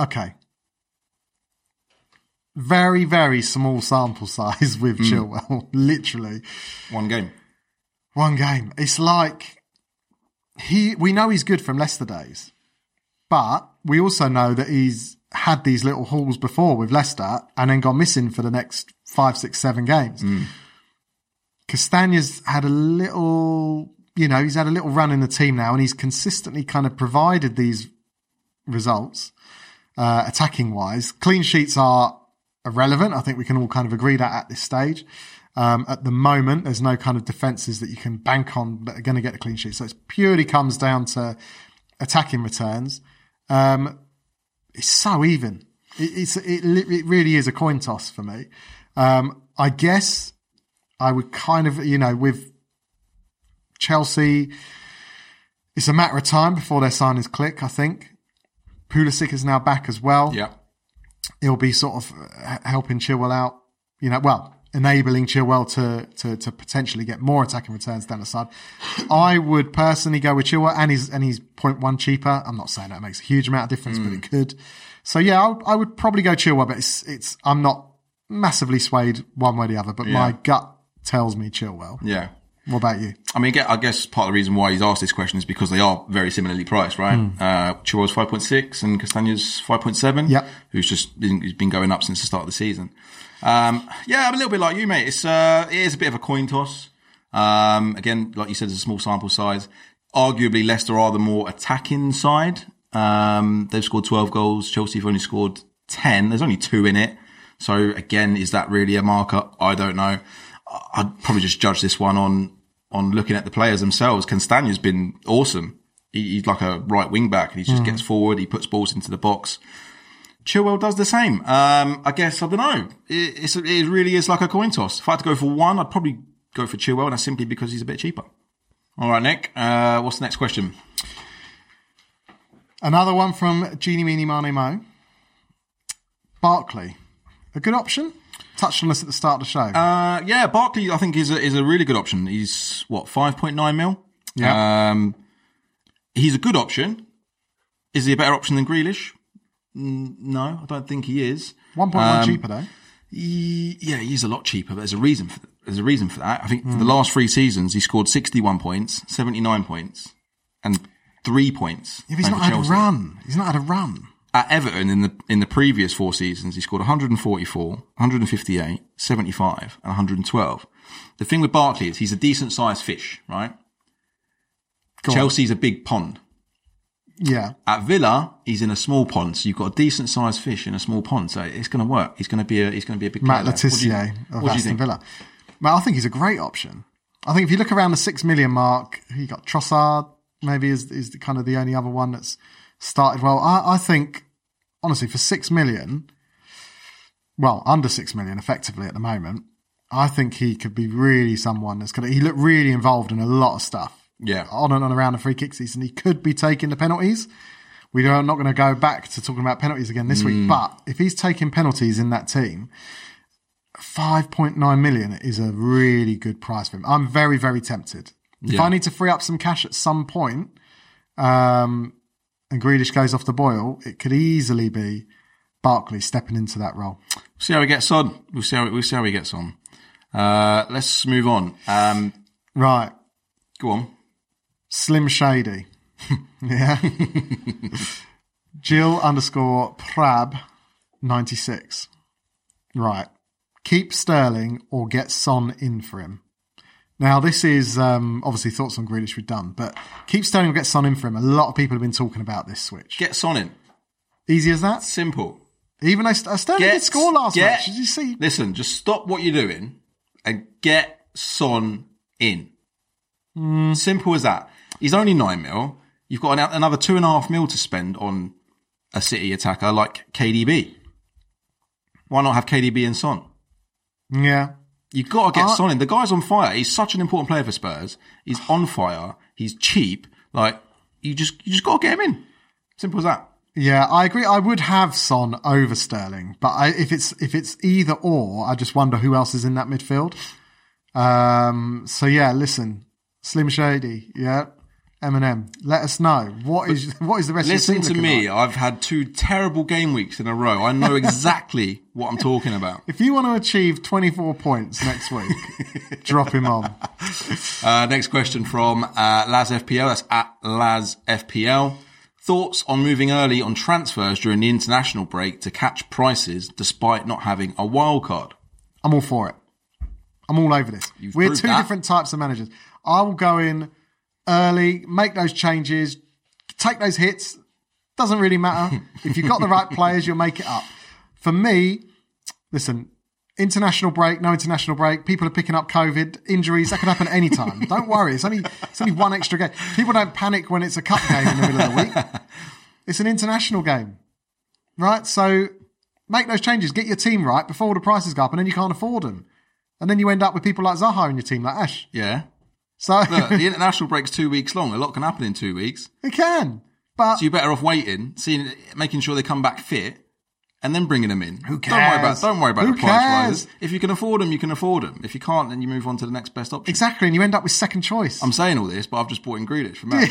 Speaker 1: Okay. Very, very small sample size with
Speaker 2: Mm.
Speaker 1: Chilwell, literally.
Speaker 2: One game.
Speaker 1: One game. It's like he. We know he's good from Leicester days, but we also know that he's had these little hauls before with Leicester and then gone missing for the next five, six, seven games. Castagna's had a little, you know, he's had a little run in the team now, and he's consistently kind of provided these results uh, attacking wise. Clean sheets are irrelevant. I think we can all kind of agree that at this stage. Um, at the moment, there's no kind of defences that you can bank on that are going to get the clean sheet. So it purely comes down to attacking returns. Um, it's so even. It, it's it, li- it really is a coin toss for me. Um, I guess I would kind of you know with Chelsea, it's a matter of time before their signings click. I think Pulisic is now back as well
Speaker 2: Yeah.
Speaker 1: he'll be sort of uh, helping Chilwell out, you know, well, enabling Chilwell to, to, to potentially get more attacking returns down the side. I would personally go with Chilwell and he's, and he's 0.1 cheaper. I'm not saying that makes a huge amount of difference, but it
Speaker 2: Hmm.
Speaker 1: could. So yeah, I, would- I would probably go Chilwell, but it's, it's, I'm not massively swayed one way or the other, but my gut tells me Chilwell.
Speaker 2: Yeah.
Speaker 1: What about you?
Speaker 2: I mean, I guess- I guess part of the reason why he's asked this question is because they are very similarly priced, right? Uh, Chilwell's 5.6 and Castagna's 5.7.
Speaker 1: Yep.
Speaker 2: Who's just been, he's been going up since the start of the season. Um, yeah, I'm a little bit like you, mate. It's, uh, it is a bit of a coin toss. Um, again, like you said, it's a small sample size. Arguably, Leicester are the more attacking side. Um, they've scored 12 goals. Chelsea have only scored 10. There's only two in it. So again, is that really a markup? I don't know. I- I'd probably just judge this one on on looking at the players themselves. Castagna's been awesome. He, he's like a right wing back, and he just gets forward. He puts balls into the box. Chilwell does the same. Um, I guess I don't know. It, it's, it really is like a coin toss. If I had to go for one, I'd probably go for Chilwell, and that's simply because he's a bit cheaper. All right, Nick. Uh, what's the next question?
Speaker 1: Another one from Genie Meanie Mane Mo. Barkley. A good option? Touched on this at the start of the show.
Speaker 2: Uh, yeah, Barkley, I think is a, is a really good option. He's what five point nine mil.
Speaker 1: Yeah.
Speaker 2: um, he's a good option. Is he a better option than Grealish? Mm, No, I don't think he is.
Speaker 1: 1.1
Speaker 2: um,
Speaker 1: cheaper though.
Speaker 2: He- yeah, he's a lot cheaper. But there's a reason for there's a reason for that. I think
Speaker 1: Hmm.
Speaker 2: for the last three seasons he scored 61 points, 79 points, and three points.
Speaker 1: If he's
Speaker 2: playing
Speaker 1: not
Speaker 2: for
Speaker 1: had
Speaker 2: Chelsea.
Speaker 1: a run, he's not had a run.
Speaker 2: At Everton in the in the previous four seasons, he scored 144, 158, 75, and 112. The thing with Barkley is he's a decent sized fish, right?
Speaker 1: Go on.
Speaker 2: Chelsea's a big pond.
Speaker 1: Yeah.
Speaker 2: At Villa, he's in a small pond, so you've got a decent sized fish in a small pond, so it's going to work. He's going to be a he's going to be a big
Speaker 1: Matt
Speaker 2: player there. What do you-
Speaker 1: Letitia of
Speaker 2: what do you
Speaker 1: Aston
Speaker 2: think?
Speaker 1: Villa. Matt, I think he's a great option. I think if you look around the six million mark, you got Trossard. Maybe is is the, kind of the only other one that's started well. I, I think honestly for six million, well under six million effectively at the moment, I think he could be really someone that's going to. He looked really involved in a lot of stuff
Speaker 2: Yeah,
Speaker 1: on and on around the free kicks season. He could be taking the penalties. We are not going to go back to talking about penalties again this
Speaker 2: Mm.
Speaker 1: week, but if he's taking penalties in that team, 5.9 million is a really good price for him. I'm very, very tempted. If
Speaker 2: Yeah.
Speaker 1: I need to free up some cash at some point, um, and Grealish goes off the boil, it could easily be Barkley stepping into that role.
Speaker 2: see how he gets on. We'll see how we'll see how he gets on. Uh, let's move on. Um,
Speaker 1: Right.
Speaker 2: go on.
Speaker 1: Slim Shady. yeah. Jill underscore Prab 96. Right. Keep Sterling or get Son in for him. Now, this is um, obviously thoughts on Grealish we've done, but keep Sterling or get Son in for him. A lot of people have been talking about this switch.
Speaker 2: Get Son in.
Speaker 1: Easy as that.
Speaker 2: Simple.
Speaker 1: Even though St- uh, Sterling
Speaker 2: Get-
Speaker 1: did score last
Speaker 2: get-
Speaker 1: match, did you see?
Speaker 2: Listen, just stop what you're doing and get Son in. Simple as that. He's only nine mil. You've got an, another two and a half mil to spend on a City attacker like KDB. Why not have KDB and Son?
Speaker 1: Yeah.
Speaker 2: You've got to get
Speaker 1: I-
Speaker 2: Son in. The guy's on fire. He's such an important player for Spurs. He's on fire. He's cheap. Like you just you just got to get him in. Simple as that.
Speaker 1: Yeah, I agree. I would have Son over Sterling, but I, if it's if it's either or, I just wonder who else is in that midfield. Um, so yeah, listen, Slim Shady, yeah, Eminem. Let us know what is what is the rest
Speaker 2: Listen
Speaker 1: of the
Speaker 2: to
Speaker 1: team looking
Speaker 2: me.
Speaker 1: like?
Speaker 2: I've had two terrible game weeks in a row. I know exactly what I'm talking about.
Speaker 1: If you want to achieve twenty four points next week, drop him on.
Speaker 2: Uh, next question from uh, Laz FPL. That's at Laz FPL. Thoughts on moving early on transfers during the international break to catch prices despite not having a wild card?
Speaker 1: I'm all for it. I'm all over this.
Speaker 2: You've
Speaker 1: We're
Speaker 2: proved
Speaker 1: two
Speaker 2: that.
Speaker 1: different types of managers. I will go in early, make those changes, take those hits. Doesn't really matter. if you've got the right players, you'll make it up. For me, listen, international break, no international break. People are picking up COVID, injuries. That can happen any time. don't worry. It's only it's only one extra game. People don't panic when it's a cup game in the middle of the week. It's an international game, right? So make those changes. Get your team right before the prices go up, and then you can't afford them. And then you end up with people like Zaha in your team, like Ash.
Speaker 2: Yeah.
Speaker 1: So
Speaker 2: Look, the international break's two weeks long. A lot can happen in two weeks.
Speaker 1: it can, but
Speaker 2: So you're better off waiting, seeing, making sure they come back fit, and then bringing them in. Who Don't worry
Speaker 1: cares?
Speaker 2: about, don't worry about
Speaker 1: Who
Speaker 2: the price
Speaker 1: cares?
Speaker 2: rises. If you can afford them, you can afford them. If you can't, then you move on to the next best option.
Speaker 1: exactly, and you end up with second choice.
Speaker 2: I'm saying all this, but I've just bought in Grealish from Matt.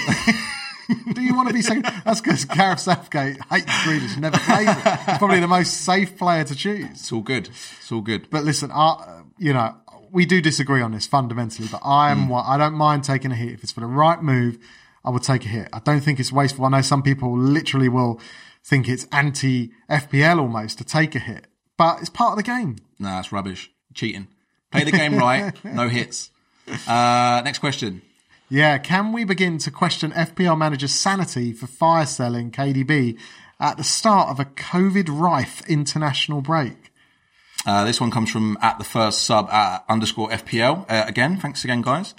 Speaker 1: Do you want to be second? That's because Gareth Southgate hates Grealish, never plays him. He's probably the most safe player to choose.
Speaker 2: It's all good. It's all good.
Speaker 1: But listen, I, you know, we do disagree on this fundamentally. But I
Speaker 2: Mm.
Speaker 1: am what I don't mind taking a hit if it's for the right move. I will take a hit. I don't think it's wasteful. I know some people literally will think it's anti FPL almost to take a hit, but it's part of the game.
Speaker 2: Nah, it's rubbish. Cheating. Play the game right. No hits. Uh, next question.
Speaker 1: Yeah, can we begin to question FPL manager's sanity for fire selling KDB at the start of a COVID rife international break?
Speaker 2: Uh, this one comes from at the first sub at underscore FPL. Uh, again, thanks again, guys.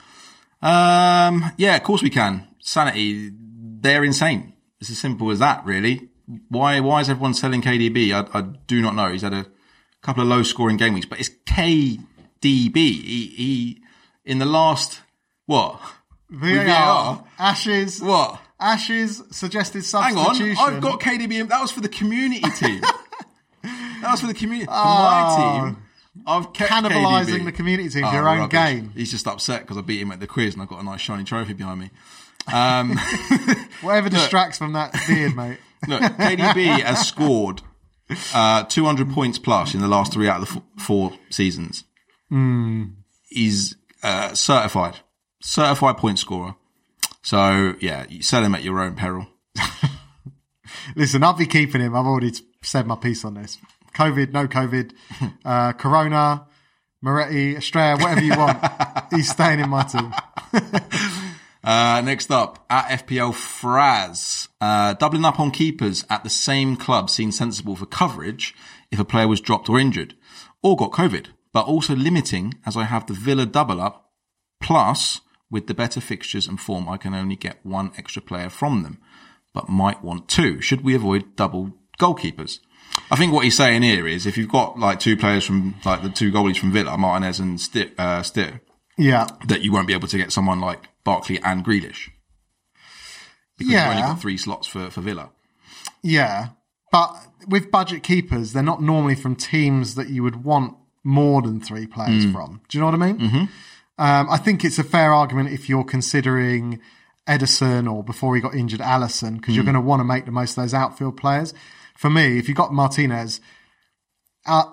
Speaker 2: Um, yeah, of course we can. Sanity. They're insane. It's as simple as that, really. Why, why is everyone selling KDB? I, I do not know. He's had a couple of low scoring game weeks, but it's KDB. He, he, in the last, what?
Speaker 1: VAR,
Speaker 2: VAR?
Speaker 1: Ashes.
Speaker 2: What?
Speaker 1: Ashes suggested
Speaker 2: Hang on,
Speaker 1: substitution.
Speaker 2: I've got KDB. in- That was for the community team. that was for the community. For my team, I've kept
Speaker 1: cannibalising
Speaker 2: KDB.
Speaker 1: Ah. the community team for
Speaker 2: Oh,
Speaker 1: your own
Speaker 2: rubbish.
Speaker 1: game.
Speaker 2: He's just upset because I beat him at the quiz and I've got a nice shiny trophy behind me. Um,
Speaker 1: Whatever distracts from that beard, mate.
Speaker 2: Look, KDB has scored uh, 200 points plus in the last three out of the f- four seasons.
Speaker 1: Hmm.
Speaker 2: He's uh, certified, certified point scorer. So yeah, you sell him at your own peril.
Speaker 1: Listen, I'll be keeping him. I've already said my piece on this. COVID, no COVID, uh, Corona, Moretti, Australia, whatever you want. He's staying in my team.
Speaker 2: Uh, next up, at FPL Fraz, uh, doubling up on keepers at the same club seems sensible for coverage if a player was dropped or injured or got COVID, but also limiting as I have the Villa double up. Plus, with the better fixtures and form, I can only get one extra player from them, but might want two. Should we avoid double goalkeepers? I think what he's saying here is if you've got like two players from like the two goalies from Villa, Martinez and Stitt, uh, Stitt
Speaker 1: Yeah.
Speaker 2: that you won't be able to get someone like Barkley and Grealish. Because
Speaker 1: Yeah.
Speaker 2: you've only got three slots for, for Villa.
Speaker 1: Yeah, but with budget keepers, they're not normally from teams that you would want more than three
Speaker 2: Hmm.
Speaker 1: players from. Do you know what I mean?
Speaker 2: Mm-hmm.
Speaker 1: Um, I think it's a fair argument if you're considering Edison or before he got injured, Allison, because you're going to want to make the most of those outfield players. For me, if you got Martinez, uh,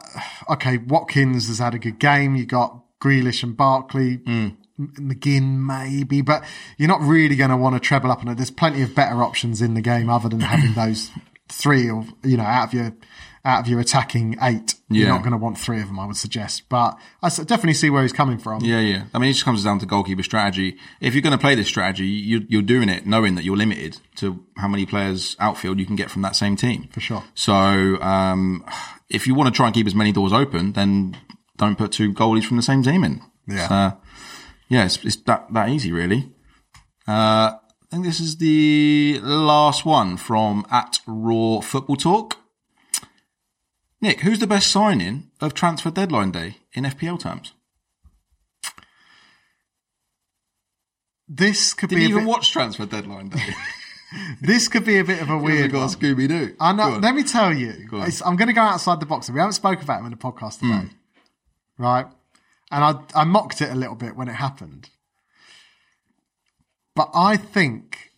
Speaker 1: okay, Watkins has had a good game. You got Grealish and Barkley. M- McGinn maybe, but you're not really going to want to treble up on it. There's plenty of better options in the game other than having those three or you know out of your out of your attacking eight. You're
Speaker 2: Yeah.
Speaker 1: not going to want three of them, I would suggest. But I s- definitely see where he's coming from.
Speaker 2: Yeah, yeah. I mean, it just comes down to goalkeeper strategy. If you're going to play this strategy, you, you're doing it knowing that you're limited to how many players outfield you can get from that same team. For
Speaker 1: sure.
Speaker 2: So, um, if you want to try and keep as many doors open, then don't put two goalies from the same team in.
Speaker 1: Yeah.
Speaker 2: So, yeah, it's, it's that, that easy, really. Uh, I think this is the last one from at Raw Football Talk. Nick, who's the best signing of transfer deadline day in FPL terms?
Speaker 1: This could
Speaker 2: Didn't
Speaker 1: be a
Speaker 2: even
Speaker 1: bit,
Speaker 2: watch Transfer Deadline Day.
Speaker 1: this could be a bit of a
Speaker 2: we
Speaker 1: weird. one.
Speaker 2: got Scooby Doo.
Speaker 1: I know. Let me tell you, it's, I'm going to go outside the box. We haven't spoken about him in the podcast
Speaker 2: Hmm.
Speaker 1: today, right? And I, I mocked it a little bit when it happened, but I think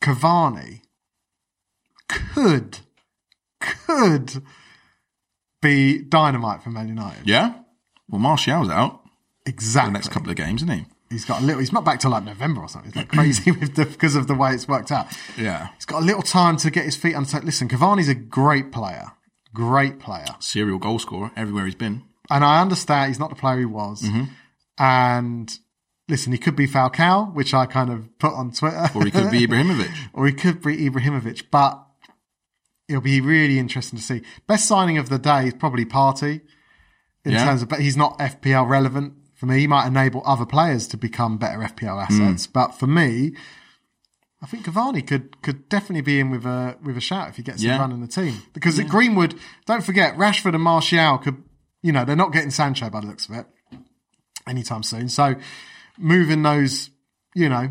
Speaker 1: Cavani could could be dynamite for Man United.
Speaker 2: Yeah. Well, Martial's out
Speaker 1: Exactly.
Speaker 2: the next couple of games, isn't he?
Speaker 1: he's got a little. He's not back till like November or something. It's like crazy with the, because of the way it's worked out.
Speaker 2: Yeah.
Speaker 1: He's got a little time to get his feet under. so- Listen, Cavani's a great player, great player,
Speaker 2: Serial goal scorer everywhere he's been.
Speaker 1: and I understand he's not the player he was.
Speaker 2: Mm-hmm.
Speaker 1: And listen, he could be Falcao, which I kind of put on Twitter,
Speaker 2: Or he could be Ibrahimovic.
Speaker 1: or he could be Ibrahimovic. But it'll be really interesting to see. Best signing of the day is probably Party in
Speaker 2: Yeah.
Speaker 1: terms of, but he's not FPL relevant for me. He might enable other players to become better
Speaker 2: Hmm.
Speaker 1: FPL assets, but for me. I think Cavani could could definitely be in with a with a shout if he gets
Speaker 2: Yeah.
Speaker 1: a run in the team because at Greenwood, don't forget Rashford and Martial could you know they're not getting Sancho by the looks of it anytime soon. So moving those you know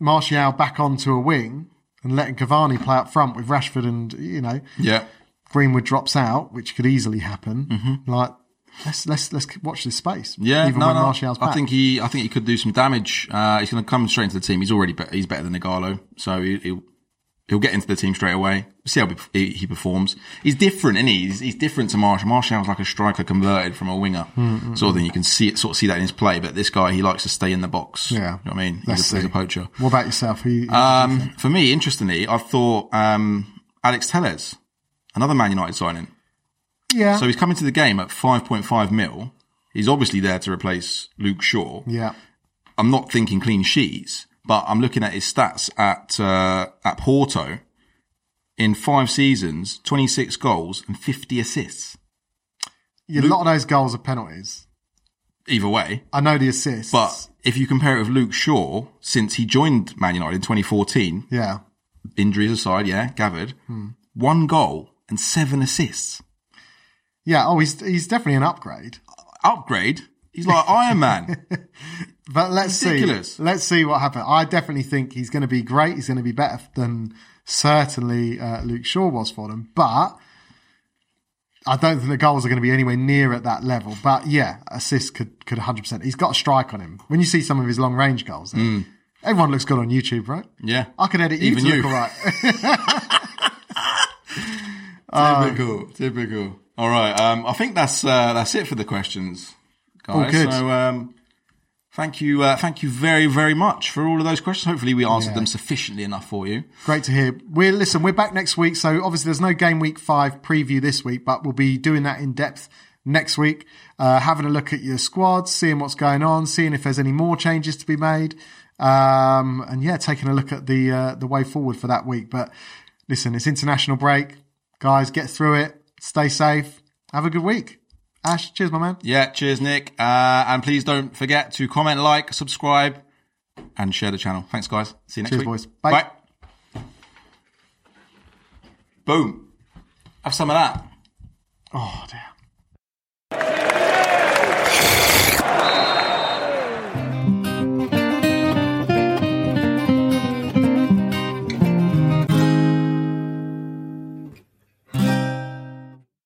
Speaker 1: Martial back onto a wing and letting Cavani play up front with Rashford and you know
Speaker 2: Yeah.
Speaker 1: Greenwood drops out, which could easily happen. Like let's let's let's watch this space.
Speaker 2: Mm-hmm. Yeah,
Speaker 1: even
Speaker 2: no,
Speaker 1: when
Speaker 2: no.
Speaker 1: Martial's back.
Speaker 2: I think he, I think he could do some damage. Uh, he's going to come straight into the team. He's already, be- he's better than Igalo, so he, he'll he'll get into the team straight away. See how he, he performs. He's different, isn't he? He's, he's different to Marshall. Marshall's like a striker converted from a winger,
Speaker 1: Hmm,
Speaker 2: sort of thing. You can see it, sort of see that in his play. But this guy, he likes to stay in the box.
Speaker 1: Yeah.
Speaker 2: You know what I mean,
Speaker 1: Let's
Speaker 2: he's a, he's a
Speaker 1: see.
Speaker 2: poacher.
Speaker 1: What about yourself? Who, who-
Speaker 2: Um, for me, interestingly, I thought um, Alex Tellez, another Man United signing.
Speaker 1: yeah.
Speaker 2: So he's coming to the game at 5.5 mil. He's obviously there to replace Luke Shaw.
Speaker 1: yeah.
Speaker 2: I'm not thinking clean sheets, but I'm looking at his stats at uh, at Porto in five seasons, 26 goals and 50 assists.
Speaker 1: Yeah, a lot of those goals are penalties.
Speaker 2: Either way,
Speaker 1: I know the assists,
Speaker 2: but if you compare it with Luke Shaw since he joined Man United in 2014,
Speaker 1: yeah,
Speaker 2: injuries aside, yeah, gathered
Speaker 1: Hmm.
Speaker 2: one goal and seven assists.
Speaker 1: yeah. Oh, he's he's definitely an upgrade.
Speaker 2: Upgrade. He's like Iron Man.
Speaker 1: But let's
Speaker 2: Ridiculous.
Speaker 1: see. Let's see what happens. I definitely think he's going to be great. He's going to be better than certainly uh, Luke Shaw was for them. But I don't think the goals are going to be anywhere near at that level. But yeah, assists could could 100. percent He's got a strike on him. When you see some of his long range goals, everyone looks good on YouTube, right?
Speaker 2: Hmm. Yeah.
Speaker 1: I can edit you
Speaker 2: Even
Speaker 1: to
Speaker 2: you.
Speaker 1: look all right. Um,
Speaker 2: Typical, typical. All right. Um, I think that's uh, that's it for the questions, guys.
Speaker 1: All good.
Speaker 2: So um, thank you, uh, thank you very, very much for all of those questions. Hopefully, we answered them sufficiently enough for you.
Speaker 1: Great to hear. We're listen. We're back next week, so obviously there's no game week five preview this week, but we'll be doing that in depth next week. Uh, having a look at your squads, seeing what's going on, seeing if there's any more changes to be made, Um, and yeah, taking a look at the uh, the way forward for that week. But listen, it's international break, guys. Get through it. Stay safe. Have a good week. Ash, cheers, my man.
Speaker 2: Yeah, cheers, Nick. Uh, and please don't forget to comment, like, subscribe, and share the channel. Thanks, guys. See you next
Speaker 1: Cheers,
Speaker 2: week.
Speaker 1: boys. Bye.
Speaker 2: Bye. Boom. Have some of that.
Speaker 1: Oh, damn.